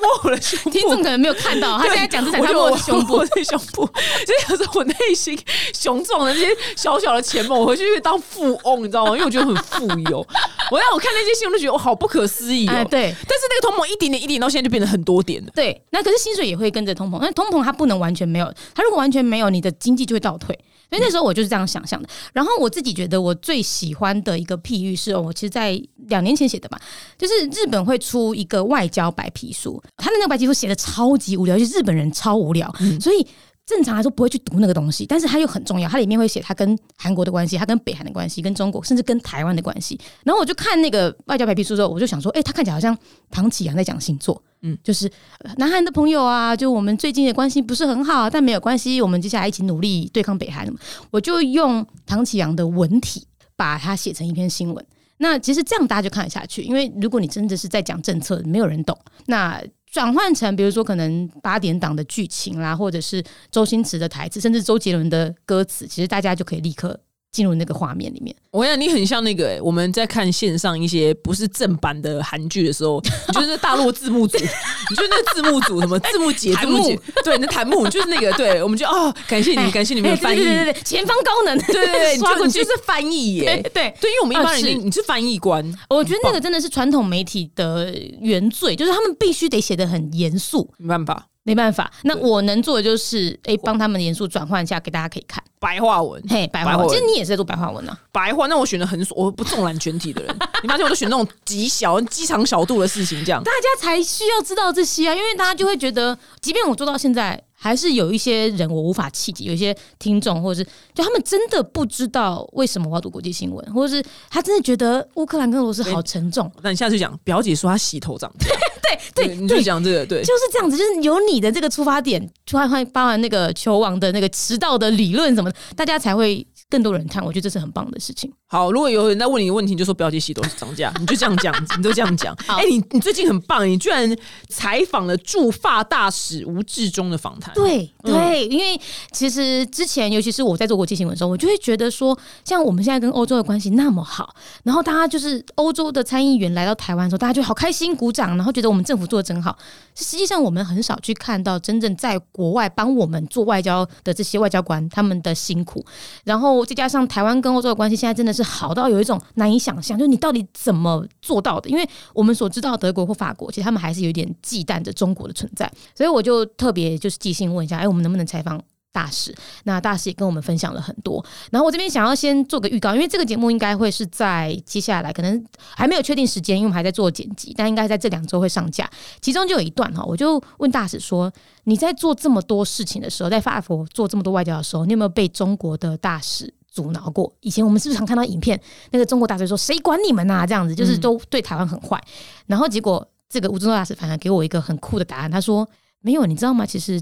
[SPEAKER 1] 摸我的胸部
[SPEAKER 2] 听众可能没有看到，他现在讲资产，
[SPEAKER 1] 我
[SPEAKER 2] 他
[SPEAKER 1] 就
[SPEAKER 2] 摸着胸部。
[SPEAKER 1] 我的胸部，所以有时候我内心雄壮的这些小小的钱梦，我回去就当富翁，你知道吗？因为我觉得很富有。我让我看那些新闻，就觉得我好不可思议哦。
[SPEAKER 2] 哎，对
[SPEAKER 1] 但是那个通膨一点点一点到现在就变得很多点了。
[SPEAKER 2] 对，那可是薪水也会跟着通膨，那通膨它不能完全没有，它如果完全没有，你的经济就会倒退。所以那时候我就是这样想象的。然后我自己觉得我最喜欢的一个譬喻是，哦我其实在两年前写的吧，就是日本会出一个外交白皮书，他的那个白皮书写的超级无聊，就是日本人超无聊，所以。正常来说不会去读那个东西，但是它又很重要。它里面会写它跟韩国的关系，它跟北韩的关系，跟中国，甚至跟台湾的关系。然后我就看那个外交白皮书之后，我就想说，哎、他看起来好像唐启阳在讲星座，嗯，就是呃南韩的朋友啊，就我们最近的关系不是很好，但没有关系，我们接下来一起努力对抗北韩。我就用唐启阳的文体把它写成一篇新闻。那其实这样大家就看得下去，因为如果你真的是在讲政策，没有人懂。那转换成比如说可能八点档的剧情啦，或者是周星驰的台词，甚至周杰伦的歌词，其实大家就可以立刻进入那个画面里面。
[SPEAKER 1] 我跟你讲，你很像那个、欸、我们在看线上一些不是正版的韩剧的时候，你就是那大陆字幕组， 你就是那个字幕组什么字幕姐、字
[SPEAKER 2] 哎弹
[SPEAKER 1] 幕姐
[SPEAKER 2] 幕，
[SPEAKER 1] 对，那弹幕你就是那个，对我们就哦，感谢你们，感谢你们的
[SPEAKER 2] 哎
[SPEAKER 1] 翻译，
[SPEAKER 2] 对对
[SPEAKER 1] 对
[SPEAKER 2] 对对，前方高能，对
[SPEAKER 1] 对对，你
[SPEAKER 2] 刷
[SPEAKER 1] 就
[SPEAKER 2] 过
[SPEAKER 1] 你
[SPEAKER 2] 去
[SPEAKER 1] 就。是翻译耶、
[SPEAKER 2] 对对，
[SPEAKER 1] 对，因为我们一般
[SPEAKER 2] 啊
[SPEAKER 1] 人，
[SPEAKER 2] 是
[SPEAKER 1] 你是翻译官，
[SPEAKER 2] 我觉得那个真的是传统媒体的原罪，就是他们必须得写的很严肃，
[SPEAKER 1] 没办法，
[SPEAKER 2] 没办法。那
[SPEAKER 1] 对
[SPEAKER 2] 我能做的就是，哎、帮他们严肃转换一下，给大家可以看。
[SPEAKER 1] 白话文，
[SPEAKER 2] 嘿，白话
[SPEAKER 1] 白话
[SPEAKER 2] 文，
[SPEAKER 1] 文
[SPEAKER 2] 其实你也是在做白话文啊。
[SPEAKER 1] 白话。那我选的很，我不纵览全体的 人，你发现我都选那种极小、鸡肠小肚的事情，这样。
[SPEAKER 2] 大家才需要知道这些啊，因为大家就会觉得，即便我做到现在，还是有一些人我无法企及，有一些听众或者是就他们真的不知道为什么我要读国际新闻，或者是他真的觉得乌克兰跟俄罗斯好沉重，
[SPEAKER 1] 那你下次讲，表姐说她洗头长大，
[SPEAKER 2] 对
[SPEAKER 1] 你就讲这个，对，
[SPEAKER 2] 就是这样子，就是有你的这个出发点，突然会包含那个球王的那个迟到的理论什么的，大家才会更多人看，我觉得这是很棒的事情。
[SPEAKER 1] 好，如果有人在问你问题，你就说不要接戏都是涨价，你就这样讲，你就这样 讲。
[SPEAKER 2] 好
[SPEAKER 1] 哎、你你最近很棒，你居然采访了驻发大使吴志忠的访谈。，
[SPEAKER 2] 对对，因为其实之前，尤其是我在做国际新闻的时候，我就会觉得说，像我们现在跟欧洲的关系那么好，然后大家就是欧洲的参议员来到台湾的时候，大家就好开心鼓掌，然后觉得我们政府做的真好。实际上，我们很少去看到真正在国外帮我们做外交的这些外交官他们的辛苦。然后再加上台湾跟欧洲的关系，现在真的是好到有一种难以想象，就是你到底怎么做到的？因为我们所知道德国或法国，其实他们还是有点忌惮着中国的存在，所以我就特别就是寄信问一下，哎，我们能不能采访？大使，那大使也跟我们分享了很多。然后我这边想要先做个预告，因为这个节目应该会是在接下来，可能还没有确定时间，因为我们还在做剪辑，但应该在这两周会上架。其中就有一段哈，我就问大使说：“你在做这么多事情的时候，在法国做这么多外交的时候，你有没有被中国的大使阻挠过？以前我们是不是常看到影片，那个中国大使说谁管你们呐、啊这样子就是都对台湾很坏。然后结果这个吴宗大使反而给我一个很酷的答案，他说：“没有，你知道吗？其实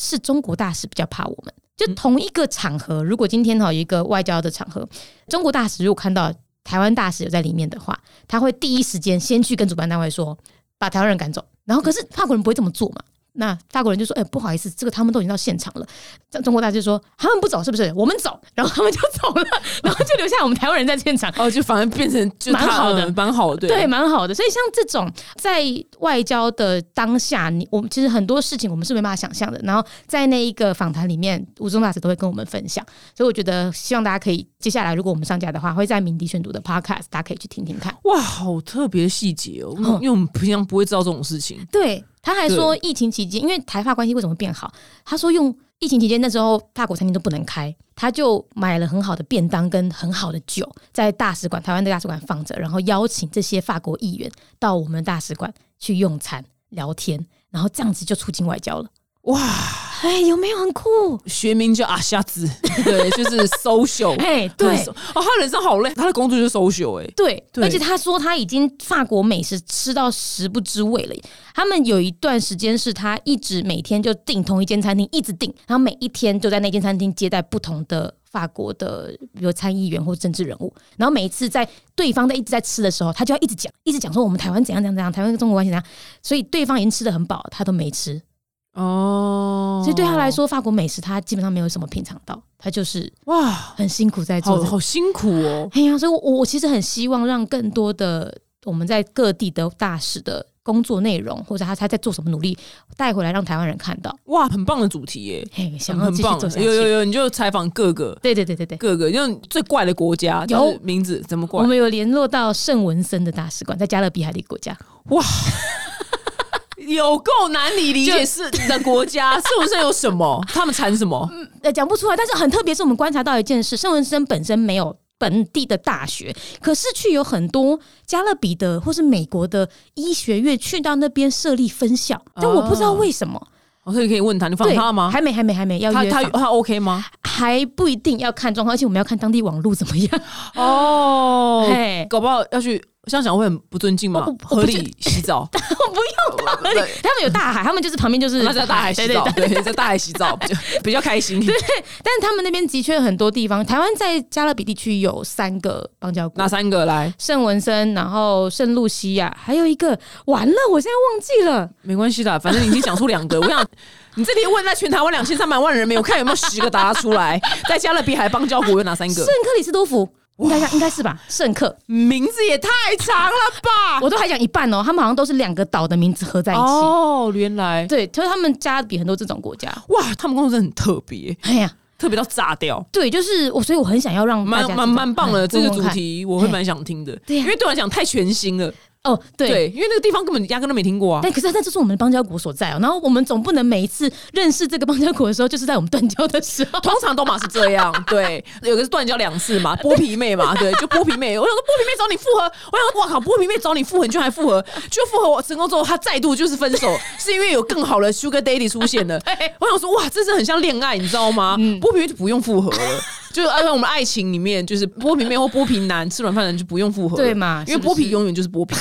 [SPEAKER 2] 是中国大使比较怕我们。就同一个场合，如果今天哈有一个外交的场合，中国大使如果看到台湾大使有在里面的话，他会第一时间先去跟主办单位说，把台湾人赶走。然后可是法国人不会这么做嘛？那法国人就说：“哎、不好意思，这个他们都已经到现场了。”中国大使就说：“哎他们不走是不是？我们走。”然后他们就走了，然后就留下我们台湾人在现场。
[SPEAKER 1] 哦，就反而变成就
[SPEAKER 2] 蛮
[SPEAKER 1] 他
[SPEAKER 2] 好的
[SPEAKER 1] 嗯蛮好的，
[SPEAKER 2] 对，蛮好的。所以像这种在外交的当下，你我们其实很多事情我们是没办法想象的。然后在那一个访谈里面，吴宗大使都会跟我们分享，所以我觉得希望大家可以接下来，如果我们上架的话，会在鸣笛选读的 Podcast，大家可以去听听看。
[SPEAKER 1] 哇，好特别的细节
[SPEAKER 2] 嗯
[SPEAKER 1] 哦，因为我们平常不会知道这种事情。
[SPEAKER 2] 对，他还说疫情期间，因为台法关系为什么变好？他说用疫情期间那时候法国餐厅都不能开，他就买了很好的便当跟很好的酒，在大使馆台湾的大使馆放着，然后邀请这些法国议员到我们大使馆去用餐聊天，然后这样子就促进外交了。
[SPEAKER 1] 哇，
[SPEAKER 2] 哎，有没有很酷？
[SPEAKER 1] 学名叫阿瞎 子，对，就是 social，
[SPEAKER 2] 哎，
[SPEAKER 1] 很
[SPEAKER 2] 对
[SPEAKER 1] so- 哦，他人生好累，他的工作就是 social，哎、
[SPEAKER 2] 对，
[SPEAKER 1] 对
[SPEAKER 2] 而且他说他已经法国美食吃到食不知味了。他们有一段时间是他一直每天就订同一间餐厅，一直订，然后每一天就在那间餐厅接待不同的法国的，比如参议员或政治人物。然后每一次在对方在一直在吃的时候，他就要一直讲，一直讲说我们台湾怎样怎样怎样，台湾跟中国关系怎样。所以对方已经吃的很饱，他都没吃。
[SPEAKER 1] 哦，
[SPEAKER 2] 所以对他来，说，法国美食他基本上没有什么品尝到，他就是
[SPEAKER 1] 哇，
[SPEAKER 2] 很辛苦哎在做
[SPEAKER 1] 好
[SPEAKER 2] 这个
[SPEAKER 1] 好辛苦哦。
[SPEAKER 2] 哎呀，所以我我其实很希望让更多的我们在各地的大使的工作内容，或者他他在做什么努力，带回来让台湾人看到。
[SPEAKER 1] 哇，很棒的主题耶、
[SPEAKER 2] 嘿，想
[SPEAKER 1] 很
[SPEAKER 2] 要
[SPEAKER 1] 很
[SPEAKER 2] 继续
[SPEAKER 1] 棒啊
[SPEAKER 2] 做下，去。
[SPEAKER 1] 有有有，你就采访各个
[SPEAKER 2] 对对对对对，
[SPEAKER 1] 各个，用最怪的国家，就是
[SPEAKER 2] 有
[SPEAKER 1] 名字怎么怪
[SPEAKER 2] 我？们有联络到圣文森的大使馆，在加勒比海的一个国家。
[SPEAKER 1] 有够难以理解是的国 家，是不是有什么？他们产什么？
[SPEAKER 2] 呃，讲不出来，但是很特别，是我们观察到一件事：圣文森本身没有本地的大学，可是却有很多加勒比的或是美国的医学院去到那边设立分校，但我不知道为什么。
[SPEAKER 1] 我可以可以问他，你哦访
[SPEAKER 2] 对，
[SPEAKER 1] 他吗？
[SPEAKER 2] 还没，还没，还没，要
[SPEAKER 1] 他
[SPEAKER 2] 约
[SPEAKER 1] 他
[SPEAKER 2] 访
[SPEAKER 1] 他 OK 吗？
[SPEAKER 2] 还不一定要看状况，而且我们要看当地网络怎么样。
[SPEAKER 1] 哦
[SPEAKER 2] 嘿
[SPEAKER 1] 搞不好要去这样想会很不尊敬吗
[SPEAKER 2] 我我？不
[SPEAKER 1] 合理洗 澡，
[SPEAKER 2] 不用到河里，他们有大海，他们就是旁边就是
[SPEAKER 1] 那在大海洗
[SPEAKER 2] 对
[SPEAKER 1] 澡
[SPEAKER 2] 对，对
[SPEAKER 1] 对，在大海洗澡 比较比较开心。
[SPEAKER 2] 但是他们那边的确很多地方，台湾在加勒比地区有三个邦交国
[SPEAKER 1] 哪。三个来？
[SPEAKER 2] 圣文森，然后圣露西亚，还有一个完了，我现在忘记了。
[SPEAKER 1] 没关系的，反正你已经讲出两个。我想你这里问那全台湾两千三百万人没有看有没有十个答出来？ 在加勒比海邦交国有哪三
[SPEAKER 2] 圣
[SPEAKER 1] 个？
[SPEAKER 2] 克里斯多福，应该应该是吧？圣克，
[SPEAKER 1] 名字也太长了吧！
[SPEAKER 2] 我都还讲一半哦。他们好像都是两个岛的名字合在一起。
[SPEAKER 1] 啊哦，原来
[SPEAKER 2] 对，就是他们加勒比很多这种国家。
[SPEAKER 1] 哇，他们工作真的很特别，
[SPEAKER 2] 哎呀，
[SPEAKER 1] 特别到炸掉。
[SPEAKER 2] 对，就是我，所以我很想要让
[SPEAKER 1] 蛮
[SPEAKER 2] 大家知道
[SPEAKER 1] 蛮蛮棒的，
[SPEAKER 2] 哎
[SPEAKER 1] 这个
[SPEAKER 2] 问
[SPEAKER 1] 主
[SPEAKER 2] 问看
[SPEAKER 1] 题我会蛮想听的，
[SPEAKER 2] 对呀
[SPEAKER 1] 因为对我来讲太全新了，
[SPEAKER 2] 哦，对，
[SPEAKER 1] 对，因为那个地方根本压根都没听过啊。
[SPEAKER 2] 但可是那这是我们的邦交国所在哦，然后我们总不能每一次认识这个邦交国的时候，就是在我们断交的时候。
[SPEAKER 1] 通常都嘛是这样， 对，有个是断交两次嘛，剥皮妹嘛， 对，就剥皮妹。我想说剥皮妹找你复合，我想说哇靠，剥皮妹找你复合，你居然还复合，就复合我成功之后，她再度就是分 手，是因为有更好的 Sugar Daddy 出现了。我想说哇，这是很像恋爱，你知道吗？
[SPEAKER 2] 嗯
[SPEAKER 1] 剥皮妹就不用复合 了。就是按照我们爱情里面，就是剥皮妹或剥皮男吃软饭的人就不用复合了，
[SPEAKER 2] 对嘛
[SPEAKER 1] 因为
[SPEAKER 2] 是不
[SPEAKER 1] 剥
[SPEAKER 2] 是
[SPEAKER 1] 皮永远就是剥皮，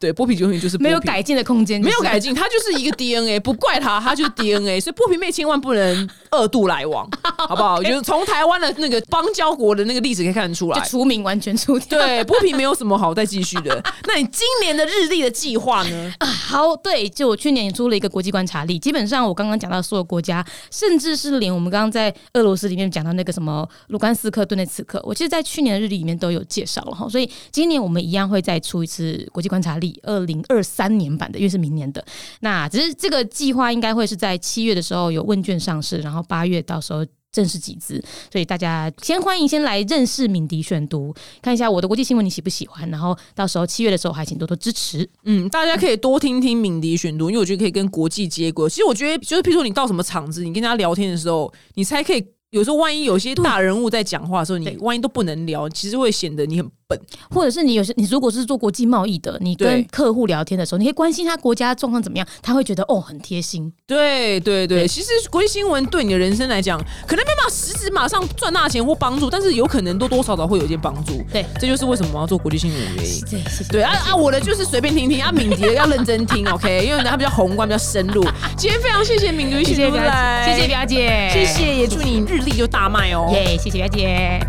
[SPEAKER 1] 对，剥皮球员就是剥皮
[SPEAKER 2] 没有改进的空间，
[SPEAKER 1] 没有
[SPEAKER 2] 就是
[SPEAKER 1] 改进，他就是一个 DNA，不怪他，他就是 DNA。所以剥皮妹千万不能二度来 往，好不好？就是从台湾的那个邦交国的那个例子可以看得出
[SPEAKER 2] 就
[SPEAKER 1] 来。
[SPEAKER 2] 除名完全除掉。
[SPEAKER 1] 对，剥皮没有什么好再继续的。那你今年的日历的计划 呢？
[SPEAKER 2] 啊，好，对，就我去年也出了一个国际观察力，基本上我刚刚讲到所有国家，甚至是连我们刚刚在俄罗斯里面讲到那个什么卢甘斯克、顿内茨克，我其实在去年的日历里面都有介绍了哈，所以今年我们一样会再出一次国际观察力，二零二三年版的，因为是明年的。那只是这个计划应该会是在七月的时候有问卷上市，然后八月到时候。正式集资，所以大家先欢迎先来认识敏迪选读，看一下我的国际新闻你喜不喜欢，然后到时候七月的时候还请多多支持。
[SPEAKER 1] 嗯，大家可以多听听敏迪选读，因为我觉得可以跟国际接轨。其实我觉得，就是譬如说你到什么场子，你跟大家聊天的时候，你才可以。有时候万一有些大人物在讲话的时候，你
[SPEAKER 2] 对
[SPEAKER 1] 万一都不能聊，其实会显得你很笨。
[SPEAKER 2] 或者是你有些你如果是做国际贸易的，你
[SPEAKER 1] 对
[SPEAKER 2] 跟客户聊天的时候，你可以关心他国家状况怎么样，他会觉得哦很贴心。
[SPEAKER 1] 对对对，其实国际新闻对你的人生来讲，可能没办法实质马上赚大钱或帮助，但是有可能多多少少会有一些帮助。
[SPEAKER 2] 对
[SPEAKER 1] 这就是为什么我要做国际新闻的原因。
[SPEAKER 2] 对，谢谢。
[SPEAKER 1] 对啊啊！我的就是随便听听啊，敏捷要认真听 ，OK，因为它比较宏观，比较深入。今天非常谢谢敏捷
[SPEAKER 2] 谢谢
[SPEAKER 1] 选出
[SPEAKER 2] 表
[SPEAKER 1] 来，
[SPEAKER 2] 姐，谢谢表姐，
[SPEAKER 1] 谢谢，也祝你日历就大卖哦。
[SPEAKER 2] 耶，谢谢表姐。